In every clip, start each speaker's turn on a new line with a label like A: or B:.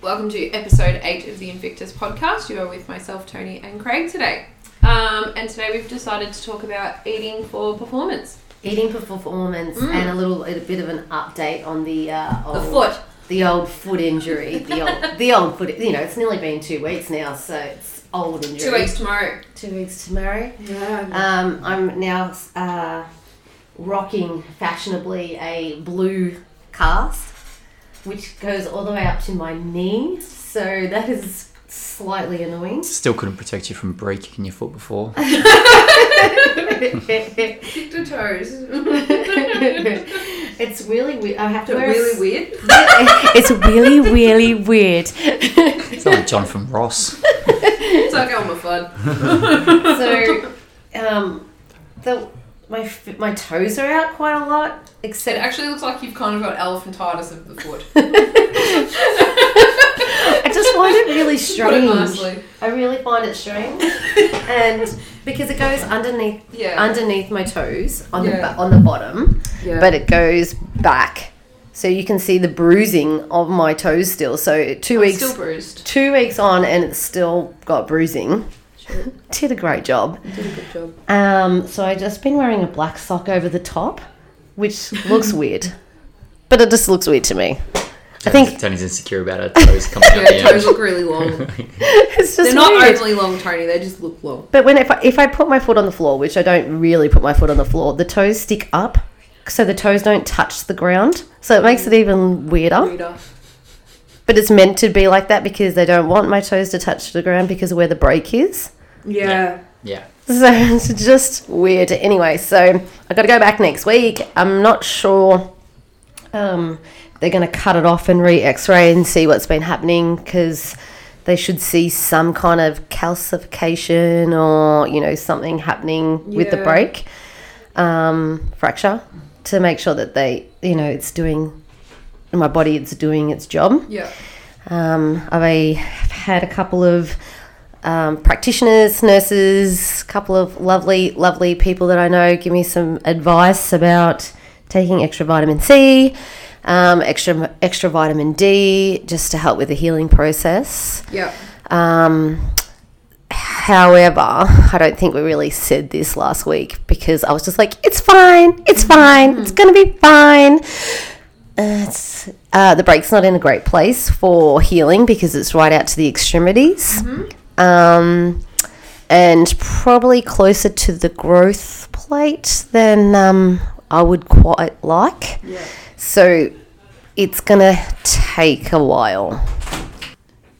A: Welcome to episode eight of the Invictus podcast. You are with myself, Tony, and Craig today. Um, and today we've decided to talk about eating for performance.
B: Eating for performance
A: Mm.
B: and a little, a bit of an update on the uh, old,
A: The foot.
B: the old foot injury, the old, the old foot. You know, it's nearly been two weeks now, so it's old injury.
A: Two weeks tomorrow.
B: Two weeks tomorrow.
A: Yeah.
B: Um, I'm now uh, rocking fashionably a blue cast, which goes all the way up to my knee. So that is slightly annoying.
C: Still couldn't protect you from breaking your foot before.
A: Kick the toes.
B: it's really weird. I have to wear a s-
A: weird.
B: it's really, really weird.
C: It's not like Jonathan Ross.
A: It's like on my fun.
B: So, um, the my f- my toes are out quite a lot,
A: It
B: except
A: actually looks like you've kind of got elephantitis of the foot.
B: I just find it
A: Put
B: really
A: it
B: strange.
A: nicely.
B: I really find it strange, and because it goes underneath
A: Yeah.
B: underneath my toes on the
A: Yeah.
B: the on the bottom,
A: Yeah.
B: but it goes back, so you can see the bruising of my toes still. So two
A: I'm
B: weeks
A: still bruised.
B: two weeks on and it's still got bruising. Did a great job.
A: You did a good job.
B: Um, so I just been wearing a black sock over the top, which looks weird, but it just looks weird to me. I think
C: Tony's insecure about her toes coming out
A: Yeah, toes
C: the
A: look really long.
B: it's just
A: They're not
B: weird.
A: overly long, Tony. They just look long.
B: But when if I, if I put my foot on the floor, which I don't really put my foot on the floor, the toes stick up, so the toes don't touch the ground. So it makes it even weirder.
A: Reader.
B: But it's meant to be like that because they don't want my toes to touch the ground because of where the break is.
A: Yeah.
C: Yeah.
B: So it's just weird. Anyway, so I got to go back next week. I'm not sure um, they're going to cut it off and re x ray and see what's been happening because they should see some kind of calcification or, you know, something happening with the
A: Yeah.
B: break, um, fracture, to make sure that they, you know, it's doing, my body, it's doing its job.
A: Yeah.
B: Um, I've had a couple of um, practitioners, nurses, a couple of lovely, lovely people that I know give me some advice about taking extra vitamin C, um, extra extra vitamin D, just to help with the healing process.
A: Yeah.
B: Um, however, I don't think we really said this last week because I was just like, it's fine, it's fine, it's going to be fine. Uh, it's, uh, the break's not in a great place for healing because it's right out to the extremities. Um, and probably closer to the growth plate than um, I would quite like.
A: Yeah.
B: So it's going to take a while.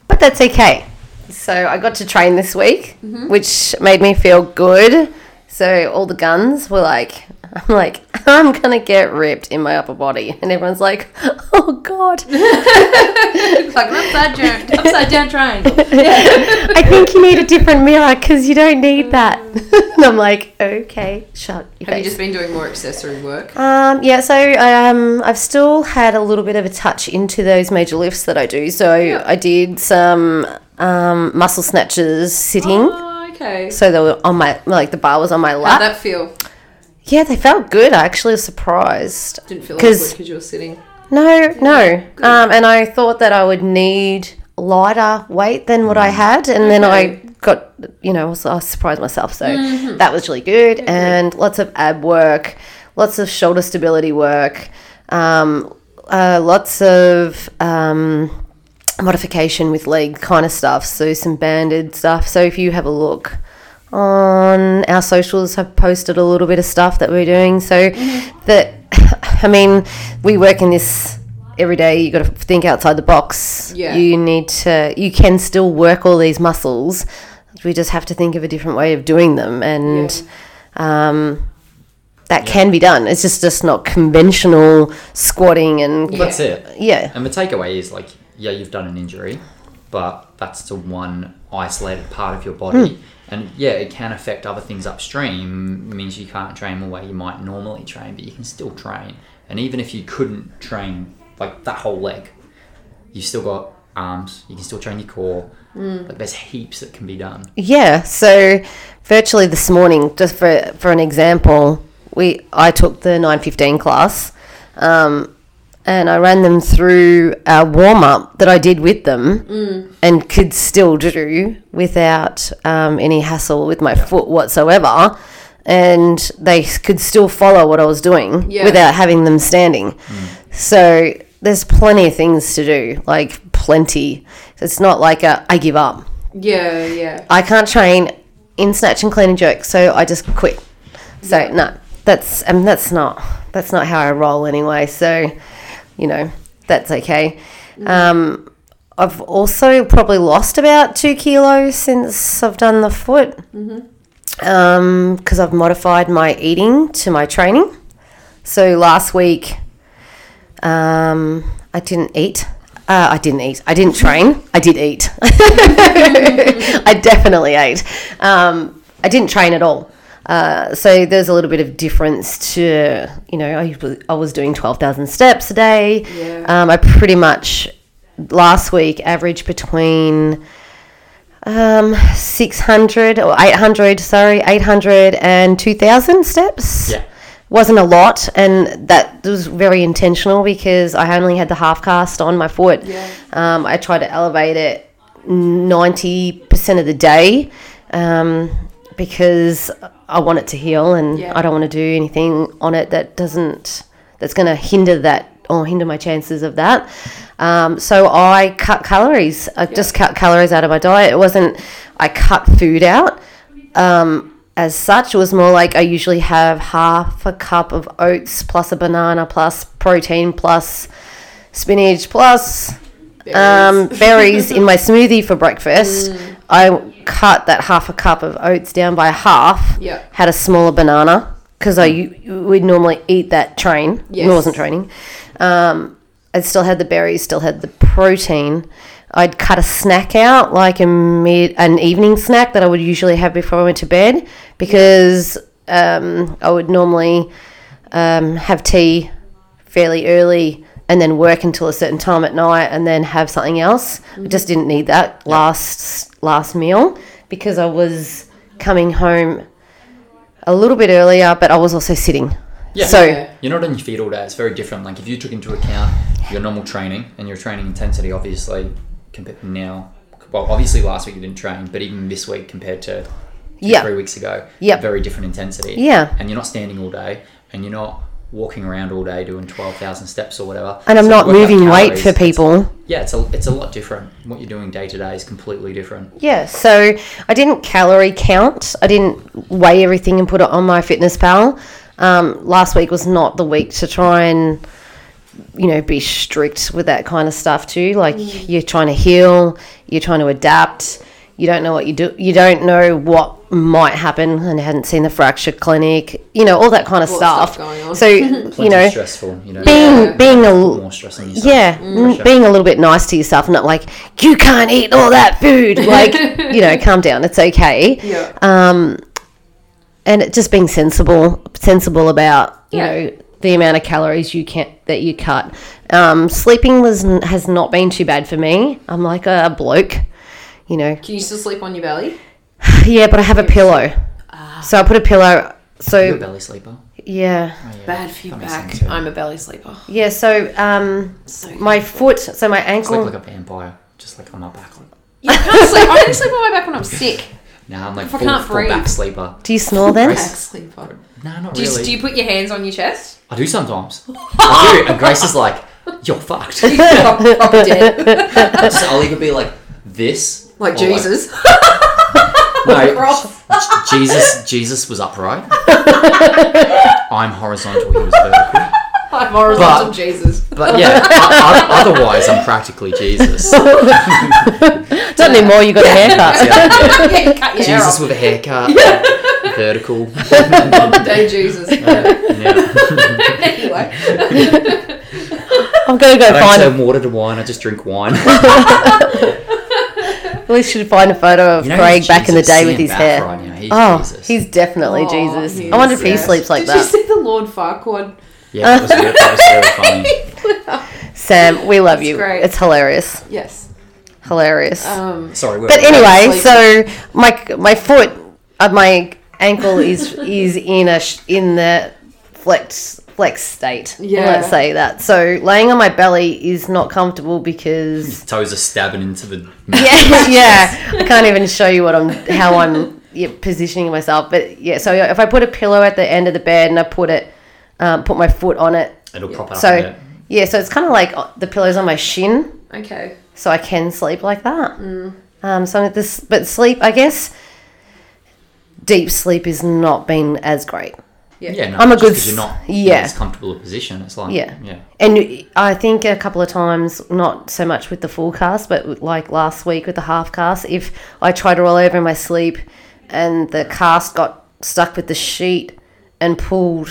B: But that's okay. So I got to train this week,
A: Mm-hmm.
B: which made me feel good. So all the guns were like, I'm like, I'm going to get ripped in my upper body. And everyone's like, oh God,
A: It's like an upside down, upside down triangle.
B: I think you need a different mirror because you don't need that. and I'm like, okay, shut
A: Mm.
B: your
A: Have you
B: face."
A: just been doing more accessory work?
B: Um, yeah, so um, I've still had a little bit of a touch into those major lifts that I do. So I did some um, muscle snatches sitting.
A: Oh, okay.
B: So they were on my like the bar was on my
A: How'd
B: lap.
A: that feel?
B: yeah, they felt good. I actually was surprised.
A: Didn't feel awkward
B: 'Cause-
A: because you were sitting.
B: No, no. Um, and I thought that I would need lighter weight than what I had, and then I
A: Okay.
B: got you know I was, I was surprised myself. So that was really good, and lots of ab work, lots of shoulder stability work, um, uh, lots of. Um, modification with leg kind of stuff so some banded stuff so if you have a look on our socials have posted a little bit of stuff that we're doing so that i mean we work in this every day you got to think outside the box
A: Yeah.
B: you need to you can still work all these muscles we just have to think of a different way of doing them and um that can be done it's just just not conventional squatting and
A: Yeah.
C: That's it.
B: yeah
C: And the takeaway is like, yeah, you've done an injury, but that's to one isolated part of your body.
A: Hmm.
C: And yeah, it can affect other things upstream. It means you can't train the way you might normally train, but you can still train. And even if you couldn't train like that whole leg, you've still got arms, you can still train your core.
A: Hmm.
C: Like there's heaps that can be done.
B: Yeah. So virtually this morning, just for for an example, we I took the nine fifteen class, um, and I ran them through a warm up that I did with them and could still do without um, any hassle with my foot whatsoever. And they s- could still follow what I was doing
A: Yeah.
B: without having them standing. So there's plenty of things to do, like plenty. It's not like a, I give up.
A: Yeah, yeah.
B: I can't train in snatch and clean and jerk, so I just quit. So no, that's um, that's not that's not how I roll anyway. So you know that's okay. Um, I've also probably lost about two kilos since I've done the foot because Um, I've modified my eating to my training. So last week, um, I didn't eat. Uh, I didn't eat. I didn't train. I did eat. I definitely ate. Um, I didn't train at all. Uh, so there's a little bit of difference to, you know, I, was- I was doing 12,000 steps a day.
A: Yeah.
B: Um, I pretty much last week averaged between um, 600 or 800, sorry, 800 and 2,000 steps
C: Yeah.
B: wasn't a lot and that was very intentional because i only had the half cast on my foot
A: Yeah.
B: um, i tried to elevate it 90% of the day um, because i want it to heal and
A: Yeah.
B: i don't want to do anything on it that doesn't that's going to hinder that or hinder my chances of that um, so i cut calories i just cut calories out of my diet it wasn't i cut food out um, as such it was more like I usually have half a cup of oats plus a banana plus protein plus spinach plus um, berries in my smoothie for breakfast.
A: Mm.
B: I cut that half a cup of oats down by half.
A: Yeah. Mm.
B: Had a smaller banana because I u- would normally eat that train.
A: Yes.
B: It wasn't training. Um, I still had the berries, still had the protein. I'd cut a snack out, like a mid, an evening snack that I would usually have before I went to bed, because um, I would normally um, have tea fairly early and then work until a certain time at night and then have something else. I just
C: Mm-hmm.
B: didn't need that last last meal because I was coming home a little bit earlier, but I was also sitting.
C: Yeah.
B: So
A: Yeah.
C: You're not on your feet all day. It's very different. Like if you took into account your normal training and your training intensity, obviously, compared now, well, obviously last week you didn't train, but even this week compared to two,
B: Yeah.
C: three weeks ago,
B: Yeah.
C: very different intensity.
B: Yeah.
C: And you're not standing all day, and you're not walking around all day doing twelve thousand steps or whatever.
B: and I'm
C: So
B: not
C: workout
B: moving weight
C: calories,
B: for
C: it's-
B: people.
C: Yeah, it's a it's a lot different. What you're doing day to day is completely different.
B: Yeah, so I didn't calorie count. I didn't weigh everything and put it on my fitness pal. Um, last week was not the week to try and, you know, be strict with that kind of stuff too. Like
A: Mm.
B: you're trying to heal, you're trying to adapt. You don't know what you do. You don't know what might happen, and I hadn't seen the fracture clinic. You know all that kind of
A: What
B: stuff.
A: stuff going on.
B: So
C: Plenty
B: you know,
C: stressful. You know,
B: being being a
C: more stress on yourself.
B: yeah, mm,
C: Pressure.
B: being a little bit nice to yourself, not like you can't eat all that food. Like you know, calm down. It's okay.
A: Yeah.
B: Um, and it, just being sensible, sensible about you
A: Yeah.
B: know the amount of calories you can that you cut. Um, sleeping was n- has not been too bad for me. I'm like a bloke, you know.
A: Can you still sleep on your belly?
B: Yeah, but I have a pillow,
A: Ah.
B: so I put a pillow.
C: You're a
B: So
C: belly sleeper.
B: yeah,
C: Oh, yeah.
A: Bad for your
C: That makes
A: back.
C: sense, yeah.
A: I'm a belly sleeper.
B: yeah. So um,
A: So
B: my foot, so my ankle.
C: Click like a vampire, just like on my back. Like,
A: you can't sleep. I don't sleep on my back when I'm sick.
C: nah, I'm like
A: I
C: full,
A: can't
C: full
A: breathe.
C: back sleeper.
B: do you snore then?
A: Back sleeper.
C: Nah, not
A: Do you,
C: really.
A: do you put your hands on your chest?
C: I do sometimes. I do, and Grace is like, "You're fucked." so
A: Proper dead.
C: I'll either be like this,
A: Like
C: or
A: Jesus.
C: no,
A: Cross.
C: Jesus, Jesus was upright. I'm horizontal. He was vertical.
A: I'm horizontal
C: But-
A: Jesus.
C: But yeah, o- o- otherwise I'm practically Jesus. Yeah,
B: Not anymore. You got a haircut.
C: yeah.
A: yeah, you cut your hair
C: Jesus
A: off.
C: with a haircut, vertical.
A: Proper day Jesus.
C: Yeah.
A: anyway.
B: I'm gonna go
C: I don't
B: find.
C: turn water to wine. I just drink wine.
B: We should find a photo of
C: You know
B: Craig
C: he's
B: back in the
C: Jesus.
B: day
C: See
B: with
C: him
B: his
C: back
B: hair.
C: right now. He's
B: oh,
C: Jesus.
B: he's definitely
A: Aw,
B: Jesus.
A: he
B: I wonder if he
A: is, yeah.
B: sleeps like
A: "Oh, Did
B: that.
A: you see the Lord Farquaad?
C: yeah, that was, really, that was really funny.
B: Sam, we love you.
A: great.
B: It's hilarious,
A: Yes.
B: hilarious.
A: Um,
C: Sorry, we're
B: but anyway,
A: Like-
B: so my my foot, uh, my ankle is is in a sh- in the flex complex state.
A: Yeah.
B: Let's say that. So laying on my belly is not comfortable because
C: Toes are stabbing into the.
B: yeah, yeah. I can't even show you what I'm how I'm yeah, positioning myself. But yeah, so if I put a pillow at the end of the bed and I put it, um, put my foot on it.
C: It'll prop it up. a
B: So
C: bit.
B: Oh, yeah, so it's kind of like uh, the pillow's on my shin
A: Okay.
B: so I can sleep like that. Um, so I'm at this, but sleep, I guess, deep sleep has not been as great.
A: Yeah.
C: Yeah, no,
B: I'm a
C: just
B: good
C: 'cause You're not
B: s-
C: yeah.
B: yeah.
C: in as comfortable a position. It's like
B: Yeah.
C: yeah,
B: And I think a couple of times, not so much with the full cast, but with- like last week with the half cast, if I tried to roll over in my sleep and the cast got stuck with the sheet and pulled,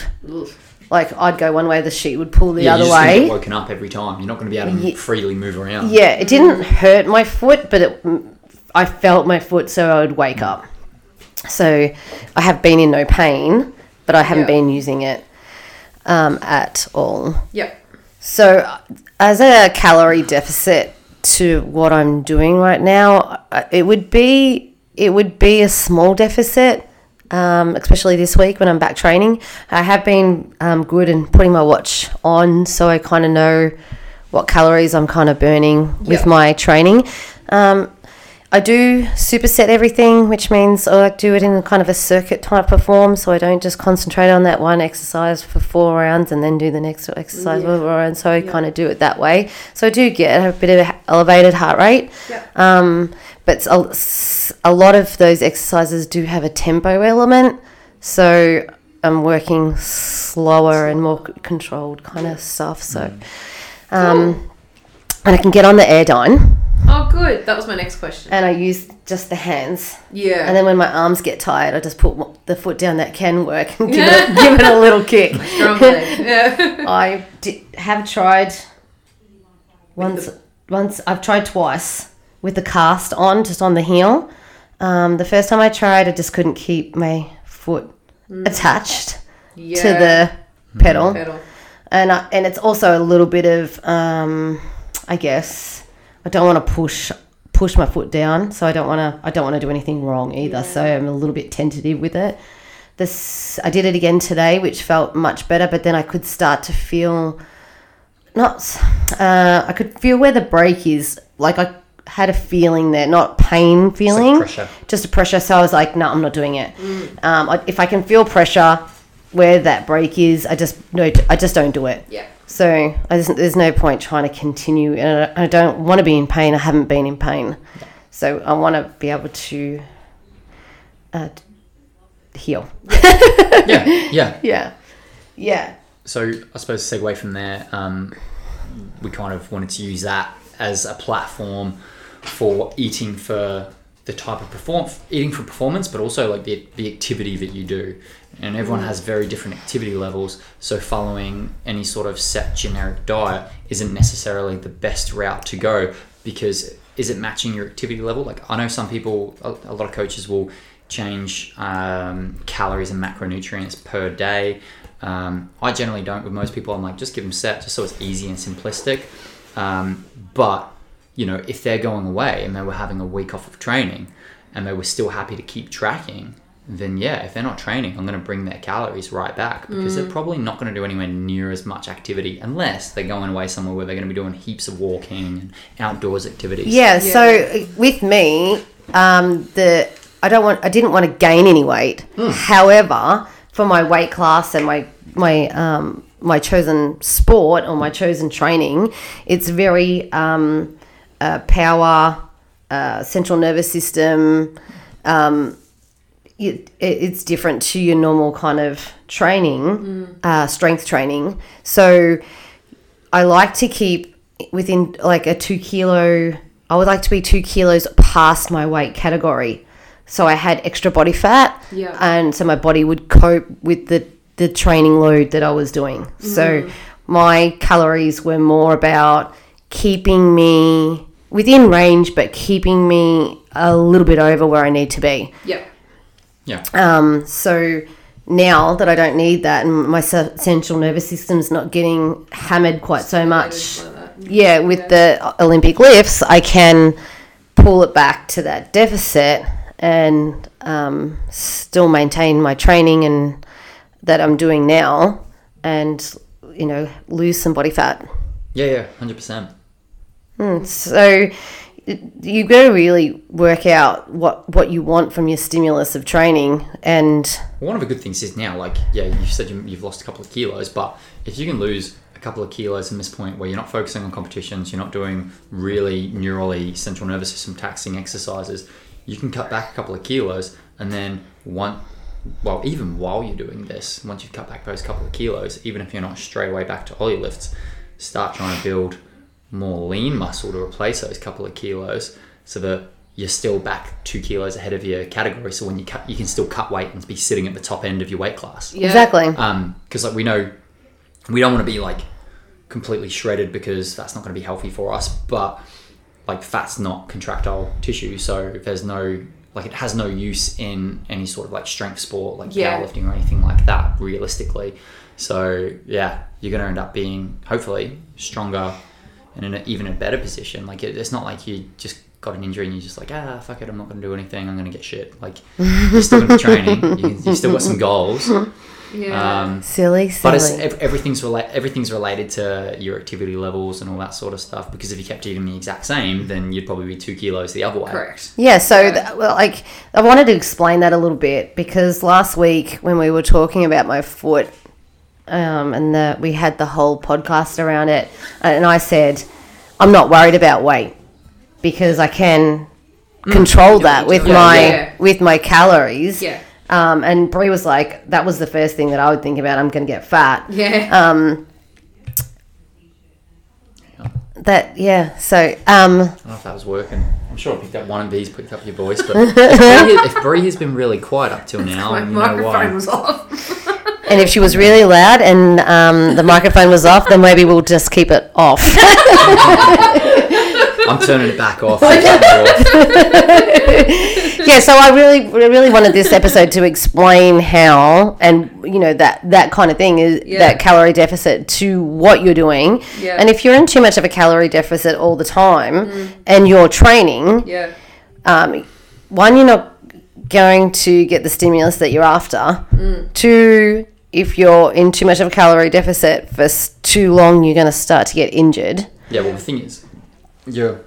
B: like I'd go one way, the sheet would pull the
C: Yeah,
B: other
C: you're just gonna
B: way.
C: get woken up every time. You're not going to be able to
B: Ye-
C: freely move around.
B: Yeah, it didn't hurt my foot, but it, I felt my foot, so I would wake up. So I have been in no pain, but I haven't
A: Yeah.
B: been using it um, at all.
A: Yep.
B: So, as a calorie deficit to what I'm doing right now, uh, it would be it would be a small deficit, um, especially this week when I'm back training. I have been um, good in putting my watch on, so I kind of know what calories I'm kind of burning
A: Yeah.
B: with my training. Um, I do superset everything, which means I like do it in kind of a circuit type of form, so I don't just concentrate on that one exercise for four rounds and then do the next exercise for four rounds. So I kind of do it that way. So I do get a bit of a elevated heart rate,
A: Yep.
B: um, but it's a, s- a lot of those exercises do have a tempo element, so I'm working slower and more c- controlled kind of stuff. So, um, and I can get on the Airdyne,
A: Oh, good. That was my next question.
B: and I use just the hands.
A: Yeah.
B: And then when my arms get tired, I just put w- the foot down that can work and give, it, a, give it a little kick.
A: Strong leg. Yeah.
B: I di- have tried once.
A: the-
B: once I've tried twice with the cast on, just on the heel. Um, the first time I tried, I just couldn't keep my foot attached
A: yeah.
B: to the pedal
A: pedal.
B: and I, and it's also a little bit of um, I guess I don't want to push push my foot down, so I don't want to I don't want to do anything wrong either. So I'm a little bit tentative with it. This I did it again today, which felt much better, but then I could start to feel not s- uh, I could feel where the break is. Like I had a feeling there, not pain
C: like
B: feeling,
C: pressure.
B: just a pressure. So I was like, no, I'm not doing it. Um, I, if I can feel pressure where that break is, I just no, I just don't do it.
A: Yeah.
B: So I just, there's no point trying to continue, and I I don't want to be in pain. I haven't been in pain, so I want to be able to uh, heal.
C: yeah, yeah.
B: Yeah, yeah,
C: So I suppose segue from there, um, we kind of wanted to use that as a platform for eating for the type of perform eating for performance, but also like the the activity that you do. And everyone has very different activity levels, so following any sort of set generic diet isn't necessarily the best route to go because is it matching your activity level? Like I know some people, a, a lot of coaches will change um, calories and macronutrients per day. Um, I generally don't with most people. I'm like, just give them set just so it's easy and simplistic. Um, but, you know, if they're going away and they were having a week off of training and they were still happy to keep tracking, then yeah, if they're not training, I'm going to bring their calories right back because they're probably not going to do anywhere near as much activity unless they're going away somewhere where they're going to be doing heaps of walking and outdoors activities.
B: yeah. So uh, with me, um, the I don't want I didn't want to gain any weight. However, for my weight class and my my um, my chosen sport or my chosen training, it's very um, uh, power, uh, central nervous system. Um, it, it, it's different to your normal kind of training, uh, strength training. So I like to keep within like a two kilo. I would like to be two kilos past my weight category, so I had extra body fat,
A: Yeah.
B: and so my body would cope with the the training load that I was doing. So my calories were more about keeping me within range, but keeping me a little bit over where I need to be.
A: Yep.
C: Yeah.
B: Um, so now that I don't need that, and my se- central nervous system's not getting hammered quite so much,
A: Like that.
B: yeah, with the Olympic lifts, I can pull it back to that deficit and um, still maintain my training and that I'm doing now, and you know lose some body fat.
C: Yeah, yeah, hundred percent.
B: So you got to really work out what what you want from your stimulus of training and
C: One of the good things is now, like, yeah, you said you, you've lost a couple of kilos, but if you can lose a couple of kilos in this point where you're not focusing on competitions, you're not doing really neurally central nervous system taxing exercises, you can cut back a couple of kilos and then one. Well, even while you're doing this, once you've cut back those couple of kilos, even if you're not straight away back to ollie lifts, start trying to build more lean muscle to replace those couple of kilos so that you're still back two kilos ahead of your category. So when you cut, you can still cut weight and be sitting at the top end of your weight class.
A: Yeah.
B: exactly
C: Um, because like we know, we don't want to be like completely shredded because that's not going to be healthy for us. But like fat's not contractile tissue, so there's no like it has no use in any sort of like strength sport, like
A: Yeah.
C: powerlifting or anything like that. Realistically, so yeah, you're going to end up being hopefully stronger and in an even a better position. Like it, it's not like you just got an injury and you're just like ah fuck it, I'm not going to do anything. I'm going to get shit. Like you're still going to be training. You, you still got some goals.
A: Yeah.
C: Um,
B: silly silly
C: but it's, ev- everything's rela- everything's related to your activity levels and all that sort of stuff. Because if you kept eating the exact same, then you'd probably be two kilos the other way.
A: Correct.
B: Yeah, so th- well, like I wanted to explain that a little bit because last week when we were talking about my foot, um, and the, we had the whole podcast around it, and I said I'm not worried about weight because I can
A: Mm.
B: control that with
A: yeah,
B: my
A: yeah.
B: with my calories.
A: Yeah.
B: Um, and Brie was like, that was the first thing that I would think about. I'm going to get fat.
A: Yeah.
B: Um, that yeah. So um,
C: I don't know if that was working. I'm sure I picked up one of these, picked up your voice. But if, Bree, if Bree has been really quiet up till now,
A: My
C: Oh, you know
A: microphone
C: why.
A: was off.
B: And if she was really loud and um, the microphone was off, then maybe we'll just keep it off.
C: I'm turning it back off. I'm turning it off.
B: yeah, so I really, really wanted this episode to explain how, and you know that that kind of thing is
A: Yeah.
B: that calorie deficit to what you're doing.
A: Yeah. Mm.
B: And if you're in too much of a calorie deficit all the time, and you're training,
A: yeah.
B: um, one, you're not going to get the stimulus that you're after.
A: Mm.
B: Two, if you're in too much of a calorie deficit for s- too long, you're going to start to get injured.
C: Yeah. Well, the thing is, you're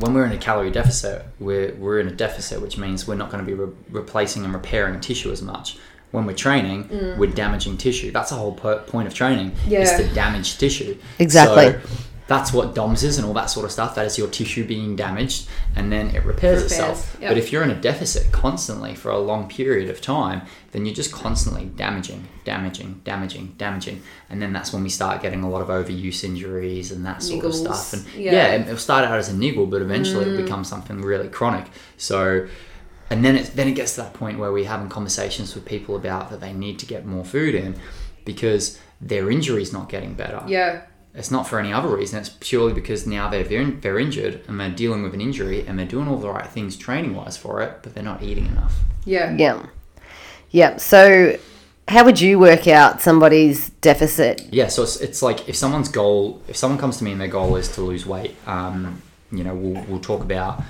C: when we're in a calorie deficit, we're we're in a deficit, which means we're not going to be re- replacing and repairing tissue as much. When we're training, we're damaging tissue. That's the whole po- point of training is
A: Yeah.
C: to damage tissue.
B: Exactly.
C: So that's what DOMS is and all that sort of stuff. That is your tissue being damaged, and then it repairs,
A: Repairs,
C: itself.
A: yep.
C: But if you're in a deficit constantly for a long period of time, then you're just constantly damaging, damaging, damaging, damaging, and then that's when we start getting a lot of overuse injuries and that sort
A: Niggles,
C: of stuff. And
A: yeah. Mm.
C: yeah, it'll start out as a niggle, but eventually it becomes something really chronic. So, and then it then it gets to that point where we're having conversations with people about that they need to get more food in because their injury's not getting better.
A: Yeah.
C: It's not for any other reason. It's purely because now they're they're, they're injured and they're dealing with an injury and they're doing all the right things training wise for it, but they're not eating enough.
A: Yeah.
B: Yeah. Yeah. So, how would you work out somebody's deficit?
C: Yeah, so it's, it's like if someone's goal, if someone comes to me and their goal is to lose weight, um, you know, we'll, we'll talk about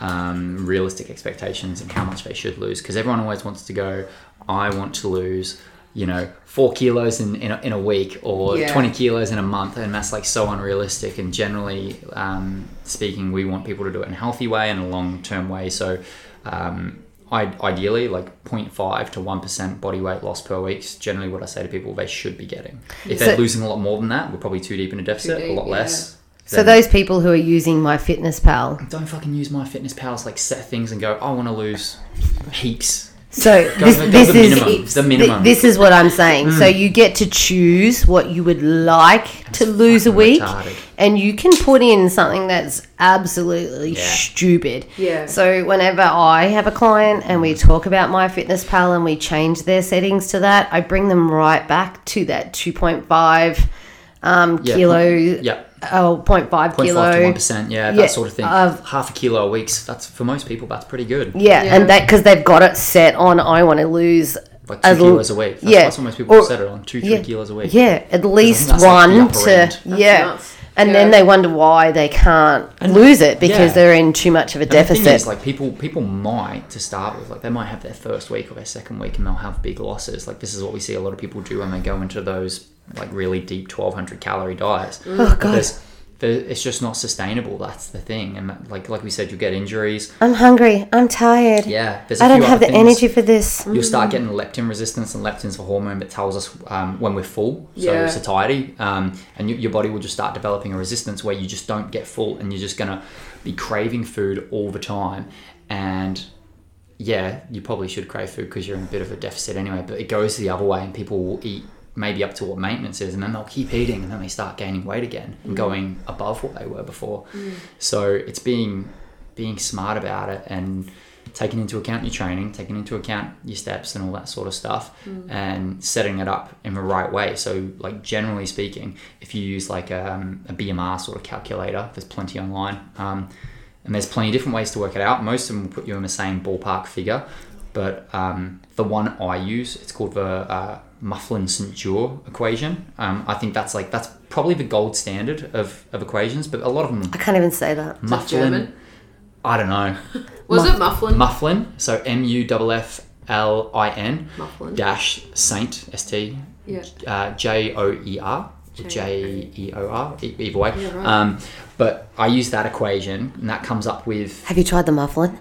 C: um, realistic expectations and how much they should lose because everyone always wants to go, I want to lose, you know, four kilos in, in, a, in a week or
A: Yeah.
C: 20 kilos in a month, and that's like so unrealistic. And generally um, speaking, we want people to do it in a healthy way and a long term way. So, um, I, ideally, like 0.5 to 1% body weight loss per week is generally what I say to people they should be getting. If they're
B: So-
C: losing a lot more than that, we're probably too deep in a deficit,
A: Too
C: a
A: deep,
C: lot
A: yeah.
C: less.
B: So,
C: then-
B: those people who are using my fitness pal.
C: don't fucking use my fitness powers like set things and go, I want to lose heaps.
B: So,
C: Go,
B: this,
C: go
B: this
C: the
B: is.
C: minimum. The
B: thi-
C: minimum. Hmm.
B: This is what I'm saying. So you get to choose what you would like to lose a
C: fucking
B: week,
C: retarded.
B: and you can put in something that's absolutely
C: Yeah.
B: stupid.
A: Yeah.
B: So whenever I have a client and we
C: Hmm.
B: talk about my fitness pal and we change their settings to that, I bring them right back to that 2.5 um,
C: Yeah,
B: kilo,
C: yeah.
B: oh, 0.5
C: 0.5
B: kilo.
C: to 1%, yeah, that
B: Yeah,
C: sort of thing.
B: of-
C: Half a kilo a week, so that's for most people, that's pretty good.
B: Yeah,
A: Yeah.
B: and that because they've got it set on I want to lose
C: Like two
B: as l-
C: kilos a week. That's,
B: yeah,
C: that's what most people
B: or-
C: set it on, two, three
B: yeah,
C: kilos a week.
B: yeah, at least
C: that's like the
B: one
C: upper
B: to
C: end.
B: yeah.
A: nuts.
B: and
A: Yeah.
B: then they wonder why they can't lose it because
C: yeah.
B: they're in too much of a
C: And the thing
B: deficit.
C: is, like people, people might to start with, like they might have their first week or their second week, and they'll have big losses. Like this is what we see a lot of people do when they go into those like really deep twelve hundred calorie diets.
B: oh
C: But
B: god,
C: there's- there- it's just not sustainable. That's the thing, and that- like like we said, you'll get injuries.
B: I'm hungry. I'm tired.
C: Yeah, there's a
B: I don't
C: few
B: have the
C: other things.
B: energy for this.
C: You'll start getting leptin resistance, and leptin's a hormone that tells us um, when we're full, so
A: Yeah.
C: satiety, um, and you, your body will just start developing a resistance where you just don't get full, and you're just gonna be craving food all the time, and yeah, you probably should crave food because you're in a bit of a deficit anyway. But it goes the other way, and people will eat maybe up to what maintenance is, and then they'll keep eating, and then they start gaining weight again and going above what they were before. So it's being being smart about it and taking into account your training, taking into account your steps and all that sort of stuff, and setting it up in the right way. So, like generally speaking, if you use like um, a BMR sort of calculator, there's plenty online, um, and there's plenty of different ways to work it out. Most of them will put you in the same ballpark figure, but um, the one I use, it's called the uh, Mufflin St. Jour equation. Um, I think that's like that's probably the gold standard of, of equations, but a lot of them
B: I can't even say that.
A: that German?
C: Mufflin. I don't know.
A: Was
B: Muff-
A: it mufflin?
C: Mufflin, so M U F F L I N
A: mufflin.
C: dash Saint S T
A: Yeah.
C: uh, J O E R J
A: J-
C: E O R e- either way.
A: Yeah, right.
C: Um, but I use that equation, and that comes up with.
B: Have you tried the mufflin?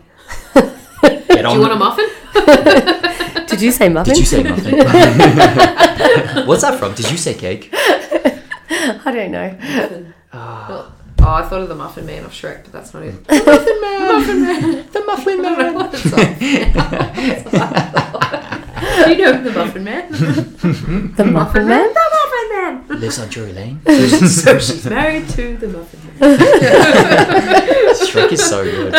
C: Get
A: Do
C: on
A: you
C: the-
A: want a muffin?
B: Did you say muffin?
C: Did you say muffin? What's that from? Did you say cake?
B: I don't know.
C: uh,
B: Ah,
A: Oh, I thought of the Muffin Man of Shrek, but that's not it.
C: The muffin
A: I don't know what it's on. Do you know the Muffin Man? The
B: The muffin man.
A: Muffin Man.
C: lives on Drury Lane.
A: So she's married to the Muffin Man.
C: Shrek is so good.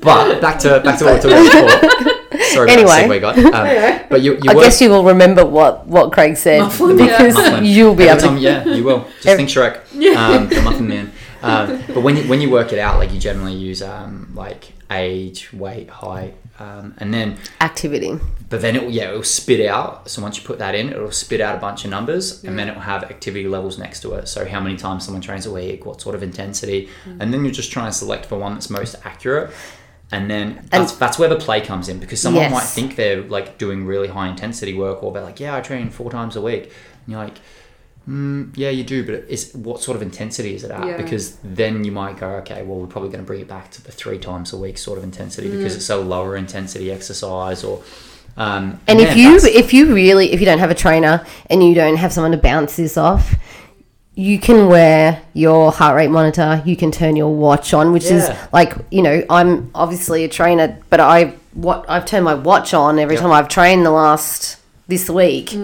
C: But back to back to what we were talking about before. Sorry
B: Anyway.
C: about the segue, guy. Um, but you, you
B: I
C: were,
B: guess you will remember what what Craig said
A: Mufflin, yeah.
B: because
C: Mufflin.
B: you'll be
C: Every
B: able to.
C: time- yeah, you will. Just
B: Every-
C: think Shrek, um, the Muffin Man. Um, but when you, when you work it out, like you generally use um, like age, weight, height, um, and then
B: Activity.
C: but then it will yeah it will spit out. So once you put that in, it will spit out a bunch of numbers, and then it will have activity levels next to it. So how many times someone trains a week, what sort of intensity, and then you just try and select the one that's most accurate. And then that's, that's where the play comes in because someone
B: Yes.
C: might think they're like doing really high intensity work or they're like, yeah, I train four times a week. And you're like, mm, yeah, you do, but it's what sort of intensity is it at?
A: Yeah.
C: Because then you might go, okay, well, we're probably going to bring it back to the three times a week sort of intensity because it's a lower intensity exercise or. Um,
B: And if
C: yeah,
B: you
C: that's-
B: if you really if you don't have a trainer and you don't have someone to bounce this off, you can wear your heart rate monitor. You can turn your watch on, which
C: Yeah.
B: is like you know I'm obviously a trainer, but I what I've turned my watch on every
C: Yep. Hmm.
B: time I've trained the last this week.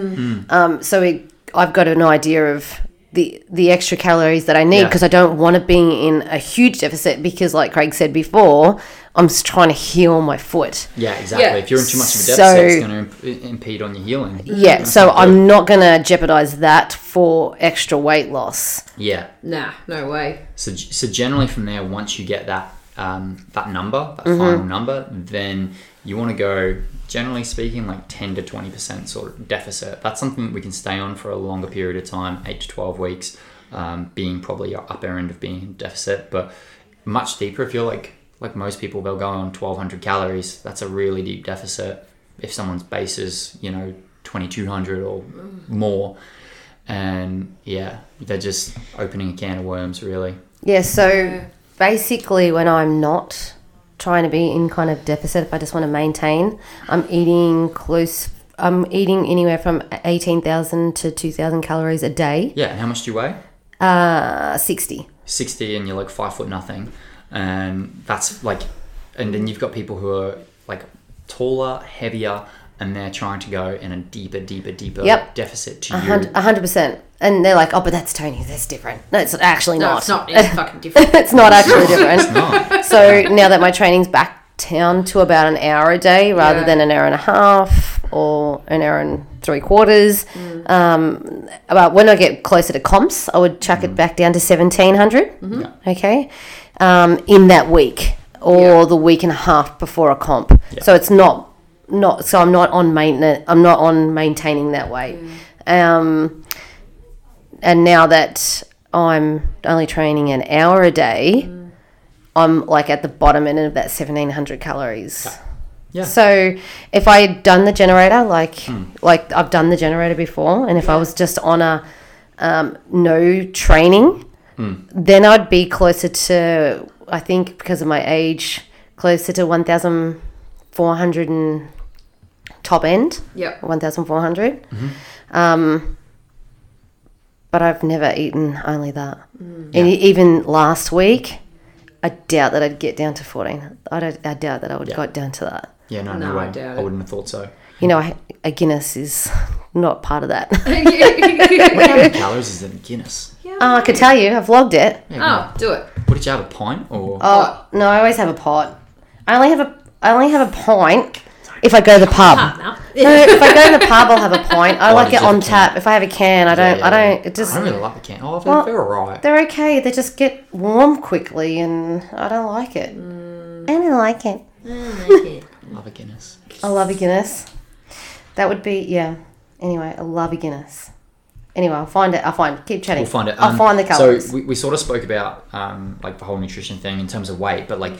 B: Um, so it, I've got an idea of. The, the extra calories that I need
C: Yeah.
B: because I don't want to be in a huge deficit because like Craig said before I'm just trying to heal my foot
C: yeah, exactly.
A: Yeah.
C: If you're in too much of a
B: So-
C: deficit, it's going to imp- impede on your healing.
B: Yeah, so
C: not good.
B: I'm not going to jeopardize that for extra weight loss.
C: Yeah.
A: Nah, no way.
C: So, so generally from there, once you get that um, that number, that final number, then you want to go. Generally speaking, like ten to twenty percent sort of deficit. That's something that we can stay on for a longer period of time, eight to twelve weeks, um, being probably your upper end of being in deficit, but much deeper. If you're like like most people, they'll go on twelve hundred calories. That's a really deep deficit. If someone's base is you know twenty two hundred or more, and yeah, they're just opening a can of worms, really.
B: Yeah, so
A: Yeah.
B: basically, when I'm not trying to be in kind of deficit, if I just want to maintain, I'm eating close. I'm eating anywhere from 18,000 to 2,000 calories a day,
C: Yeah, and how much do you weigh?
B: uh, 60.
C: 60 and you're like five foot nothing. And that's like, and then you've got people who are like taller, heavier, and they're trying to go in a deeper, deeper, deeper
B: Yep.
C: deficit to
B: A
C: you.
B: hun- a 100%. And they're like, oh, but that's Tony. That's different. No, it's actually
A: No,
B: not.
A: it's not. It's fucking different.
B: it's not actually different.
C: No.
B: So now that my training's back down to about an hour a day rather
A: Yeah.
B: than an hour and a half or an hour and three quarters,
A: Mm.
B: um, about when I get closer to comps, I would chuck it back down to 1700, okay, um, in that week or
A: Yeah.
B: the week and a half before a comp. So it's not, not, so I'm not on maintenance, I'm not on maintaining that weight. Um, and now that I'm only training an hour a day, I'm like at the bottom end of that 1700 calories.
C: Yeah. Hmm.
B: So if I had done the generator, like like I've done the generator before, and if I was just on a um, no training,
C: Hmm.
B: then I'd be closer to I think because of my age, closer to 1,400 and top end,
A: Yep.
B: 1,400.
C: Mm-hmm.
B: Um, but I've never eaten only that.
C: Hmm.
B: And e- even last week, I doubt that I'd get down to 14. I, don't, I doubt that I would
C: Yeah.
B: got down to that.
C: Yeah, no, no,
A: No, I
C: way.
A: doubt
C: I
A: it.
C: wouldn't have thought so.
B: You know, I, a Guinness is not part of that.
C: How many calories is in Guinness?
B: oh, I could tell you, I've logged it.
C: Yeah,
A: Oh, do it.
C: What did you have a pint or?
B: Oh, no, I always have a pot. I only have a, I only have a pint if I go to the pub.
A: Now.
B: No, if I go to the pub, I'll have a pint. I
C: Why
B: like
C: did
B: it
C: you
B: on
C: have a can?
B: tap. If I have a can, I don't,
C: Yeah,
B: I
C: yeah, yeah.
B: don't, it just,
C: I don't really like the can. Oh, they're,
B: Well-
C: they're all right.
B: they're okay. They just get warm quickly, and I don't like it. I don't like it.
C: I love a Guinness.
B: I love a Guinness. That would be yeah. Anyway, I love a Guinness. Anyway, I'll find it. I'll find. Keep chatting.
C: We'll find it.
B: I'll
C: Um,
B: find the calories.
C: So we, we sort of spoke about um, like the whole nutrition thing in terms of weight, but like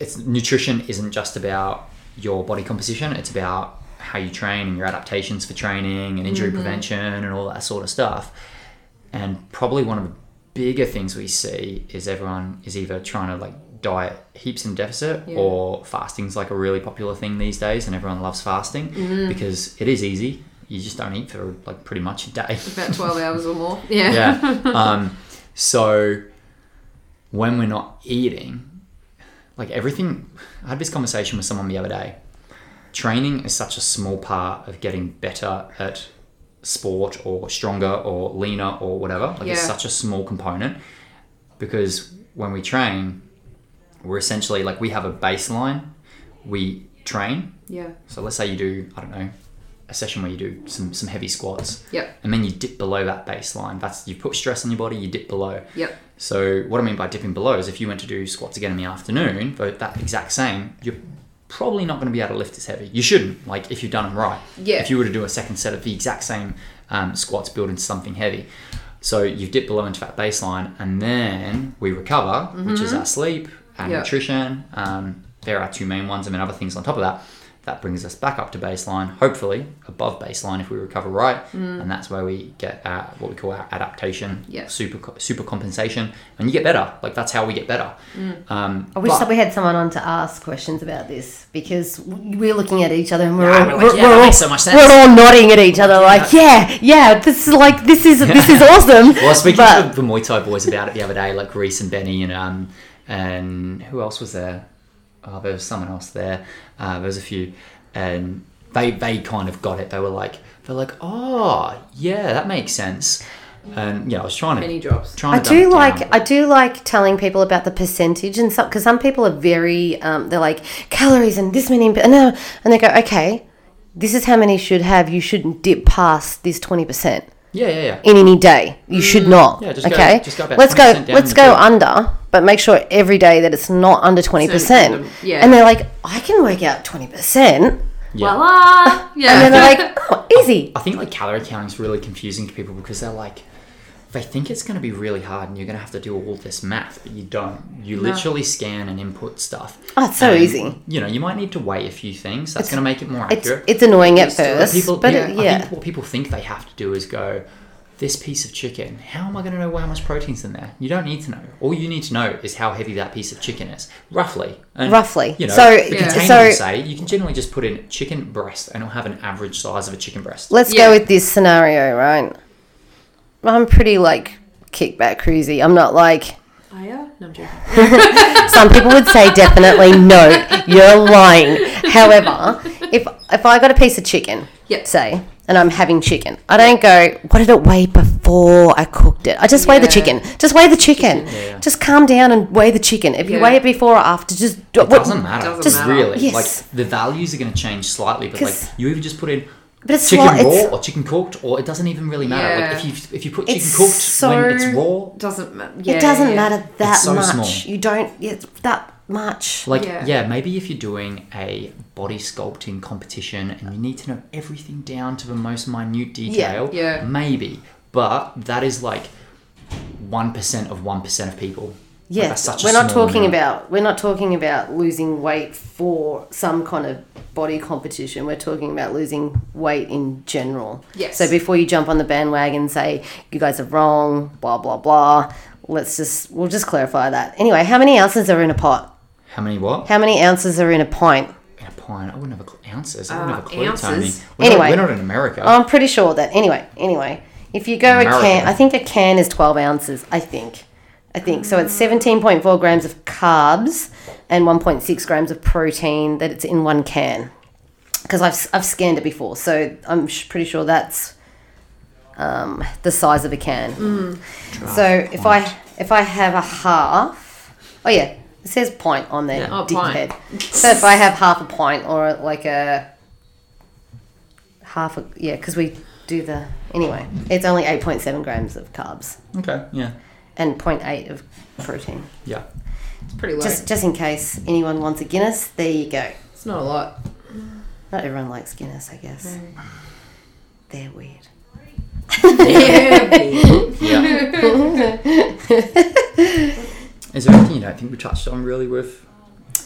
C: it's nutrition isn't just about your body composition. It's about how you train and your adaptations for training and
B: Mm-hmm.
C: injury prevention and all that sort of stuff. And probably one of the bigger things we see is everyone is either trying to like diet heaps in deficit or fasting's like a really popular thing these days and everyone loves fasting
B: Mm-hmm.
C: because it is easy. You just don't eat for like pretty much a day.
A: About 12 hours or more. Yeah.
C: yeah. Um, so when we're not eating, like everything, I had this conversation with someone the other day. Training is such a small part of getting better at sport or stronger or leaner or whatever. Like it's
A: Yeah.
C: such a small component because when we train, we're essentially like we have a baseline. We train.
A: Yeah.
C: So let's say you do, I don't know, a session where you do some, some heavy squats
A: Yep.
C: and then you dip below that baseline. That's you put stress on your body, you dip below.
A: Yep.
C: So what I mean by dipping below is if you went to do squats again in the afternoon, but that exact same, you're probably not going to be able to lift as heavy. You shouldn't, like if you've done them right.
A: Yeah.
C: If you were to do a second set of the exact same um, squats built into something heavy. So you've dipped below into that baseline, and then we recover, which
A: Mm-hmm.
C: is our sleep, our
A: Yeah.
C: nutrition. Um, there are two main ones, and then other things on top of that. That brings us back up to baseline, hopefully above baseline if we recover right, and that's where we get our, what we call our adaptation,
A: Yeah.
C: super co- super compensation, and you get better. Like that's how we get better. Um,
B: I wish
C: but-
B: that we had someone on to ask questions about this because we're looking at each other and we're
C: Yeah,
B: all,
C: we're
B: we're,
C: like, yeah, that
B: we're, all
C: makes so much sense.
B: we're all nodding at each other like yeah, yeah. This is like this is this is awesome.
C: Well, I was speaking
B: but
C: to the Muay Thai boys about it the other day, like Reese and Benny, and um, and who else was there? Oh, there was someone else there. Uh, there was a few, and they they kind of got it. They were like, they're like, oh yeah, that makes sense. And yeah, I was trying to
A: Penny drops.
C: Trying
B: I
C: to dumb it
B: do
C: down,
B: like
C: but-
B: I do like telling people about the percentage and some because some people are very um, they're like calories and this many and uh, and they go okay this is how many you should have you shouldn't dip past this twenty percent
C: yeah, yeah, yeah.
B: in any day you should not
C: Mm. Yeah, just go-
B: okay
C: just go about
B: let's
C: 20%
B: go
C: down
B: let's
C: in the
B: go
C: group.
B: under but make sure every day that it's not under twenty percent
A: yeah.
B: and they're like I can work out twenty percent
C: Yeah.
A: Voila. Yeah.
B: and they're like oh, easy
C: I think like calorie counting is really confusing to people because they're like, they think it's going to be really hard and you're going to have to do all this math, but you don't. You literally scan and input stuff.
B: Oh, it's so
C: And,
B: easy.
C: You know, you might need to weigh a few things. That's going to make it more
B: it's
C: accurate.
B: it's annoying at
C: But
B: first
C: people,
B: but
C: yeah,
B: it-
C: I
B: yeah
C: think what people think they have to do is go, this piece of chicken, how am I going to know how much protein's in there? You don't need to know. All you need to know is how heavy that piece of chicken is, roughly. And,
B: Roughly.
C: You know,
B: So-
C: the
B: Yeah.
C: container
B: so-
C: will say, you can generally just put in chicken breast and it'll have an average size of a chicken breast.
B: Let's
A: Yeah.
B: go with this scenario, right? I'm pretty like kickback cruisy. I'm not like
A: Aya? No, I'm joking.
B: some people would say definitely no, you're lying. However, if if I got a piece of chicken,
A: Yep.
B: say, and I'm having chicken, I don't go, what did it weigh before I cooked it? I just weigh the
A: Yeah.
B: chicken. Just weigh the chicken.
C: Yeah.
B: Just calm down and weigh the chicken. If you
A: Yeah.
B: weigh it before or after, just
C: It doesn't matter.
A: Doesn't
C: just
A: matter.
C: really.
B: Yes.
C: Like the values are going to change slightly, but like
B: 'Cause-
C: you either just put in
B: But it's
C: chicken
B: sli-
C: raw
B: it's-
C: or chicken cooked, or it doesn't even really matter.
A: Yeah.
C: Like if you if you put chicken
B: It's
C: cooked when
B: so-
C: it's raw,
A: Doesn't matter.
B: It doesn't matter that
C: so
B: much.
C: small.
B: You don't. It's that much.
C: like
A: Yeah.
C: yeah. maybe if you're doing a body sculpting competition and you need to know everything down to the most minute detail,
A: Yeah.
C: maybe. But that is like one percent of one percent of people. Like, that's
B: Yes,
C: such a
B: we're not
C: small
B: talking
C: amount.
B: about we're not talking about losing weight for some kind of body competition. We're talking about losing weight in general.
A: Yes.
B: So before you jump on the bandwagon, and say you guys are wrong, blah blah blah. Let's just we'll just clarify that. Anyway, how many ounces are in a pot?
C: how many what?
B: How many ounces are in a pint?
C: In a pint. I wouldn't have a cl- ounces. I wouldn't
A: Uh,
C: have a clue,
A: ounces.
C: Tony. We're
B: Anyway. Uh,
C: not, we're not in America.
B: I'm pretty sure that. Anyway, anyway, if you go a can,
C: American.
B: I think a can is 12 ounces. I think, I think. So it's 17.4 grams of carbs and 1.6 grams of protein that it's in one can. Because I've s- I've scanned it before, so I'm sh- pretty sure that's um, the size of a can.
A: Mm.
B: So if I if I have a half, oh yeah, it says pint on there.
C: Yeah.
A: Oh,
B: dickhead.
A: pint.
B: so if I have half a pint or like a half a yeah, because we do the anyway. It's only eight point seven grams of carbs
C: okay. Yeah.
B: and 0.8 of protein.
C: Yeah.
A: It's pretty low.
B: Just just in case anyone wants a Guinness, there you go.
A: it's not a lot.
B: Not everyone likes Guinness, I guess.
A: Mm.
B: They're weird.
C: Yeah. Is there anything you don't think we touched on really with? Do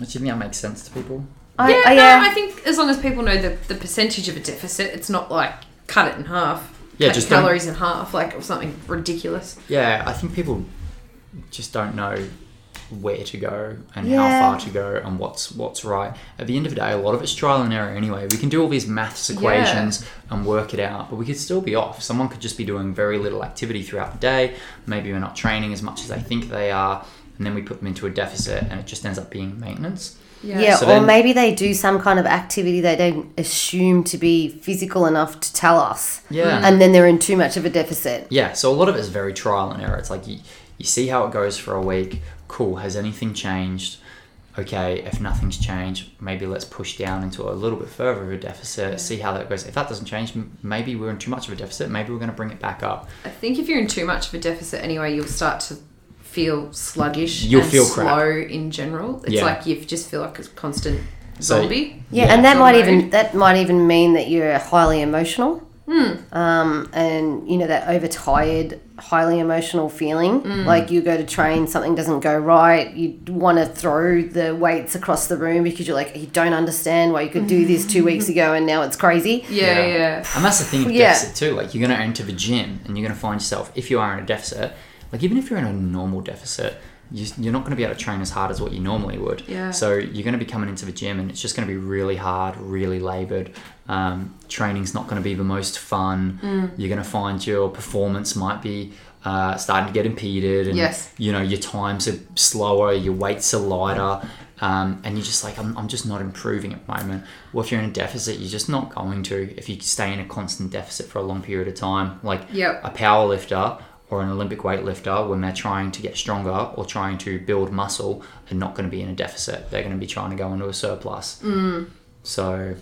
C: you think that makes sense to people?
B: I,
A: yeah,
B: I,
A: no,
B: Oh, yeah.
A: I think as long as people know the, the percentage of a deficit, it's not like cut it in half.
C: Yeah,
A: cut
C: just don't-
A: calories in half, like or something ridiculous.
C: Yeah, I think people just don't know where to go and
B: Yeah.
C: how far to go and what's what's right. At the end of the day, a lot of it's trial and error anyway. We can do all these maths equations and work it out, but we could still be off. Someone could just be doing very little activity throughout the day. Maybe we're not training as much as they think they are, and then we put them into a deficit, and it just ends up being maintenance.
B: Yeah,
C: So
B: or
C: then-
B: maybe they do some kind of activity they don't assume to be physical enough to tell us.
C: Yeah.
B: And then they're in too much of a deficit.
C: Yeah, so a lot of it is very trial and error. It's like you, you see how it goes for a week. Cool, has anything changed? Okay, if nothing's changed, maybe let's push down into a little bit further of a deficit, see how that goes. If that doesn't change, m- maybe we're in too much of a deficit, maybe we're going to bring it back up.
A: I think if you're in too much of a deficit anyway, you'll start to feel sluggish.
C: You'll
A: and
C: feel crap.
A: slow in general. It's
C: Yeah.
A: like you just feel like a constant
C: So-
A: zombie.
B: Yeah,
C: Yeah.
B: and that
A: Or
B: might
A: mood.
B: even that might even mean that you're highly emotional. Um, and you know that overtired, highly emotional feeling. Like you go to train, something doesn't go right. You want to throw the weights across the room because you're like, you don't understand why you could do this two weeks ago and now it's crazy.
A: Yeah, yeah.
C: And that's the thing with
B: Yeah.
C: deficit too. Like you're going to enter the gym and you're going to find yourself if you are in a deficit. Like even if you're in a normal deficit, you, you're not going to be able to train as hard as what you normally would.
A: Yeah.
C: So you're going to be coming into the gym and it's just going to be really hard, really laboured. Um, training's not going to be the most fun.
A: Mm.
C: You're going to find your performance might be. Uh, starting to get impeded, and
A: Yes.
C: you know your times are slower, your weights are lighter, um, and you're just like, I'm, I'm just not improving at the moment. Well, if you're in a deficit, you're just not going to if you stay in a constant deficit for a long period of time. Like
A: Yep.
C: a power lifter or an Olympic weightlifter, when they're trying to get stronger or trying to build muscle, are not going to be in a deficit. They're going to be trying to go into a surplus. So,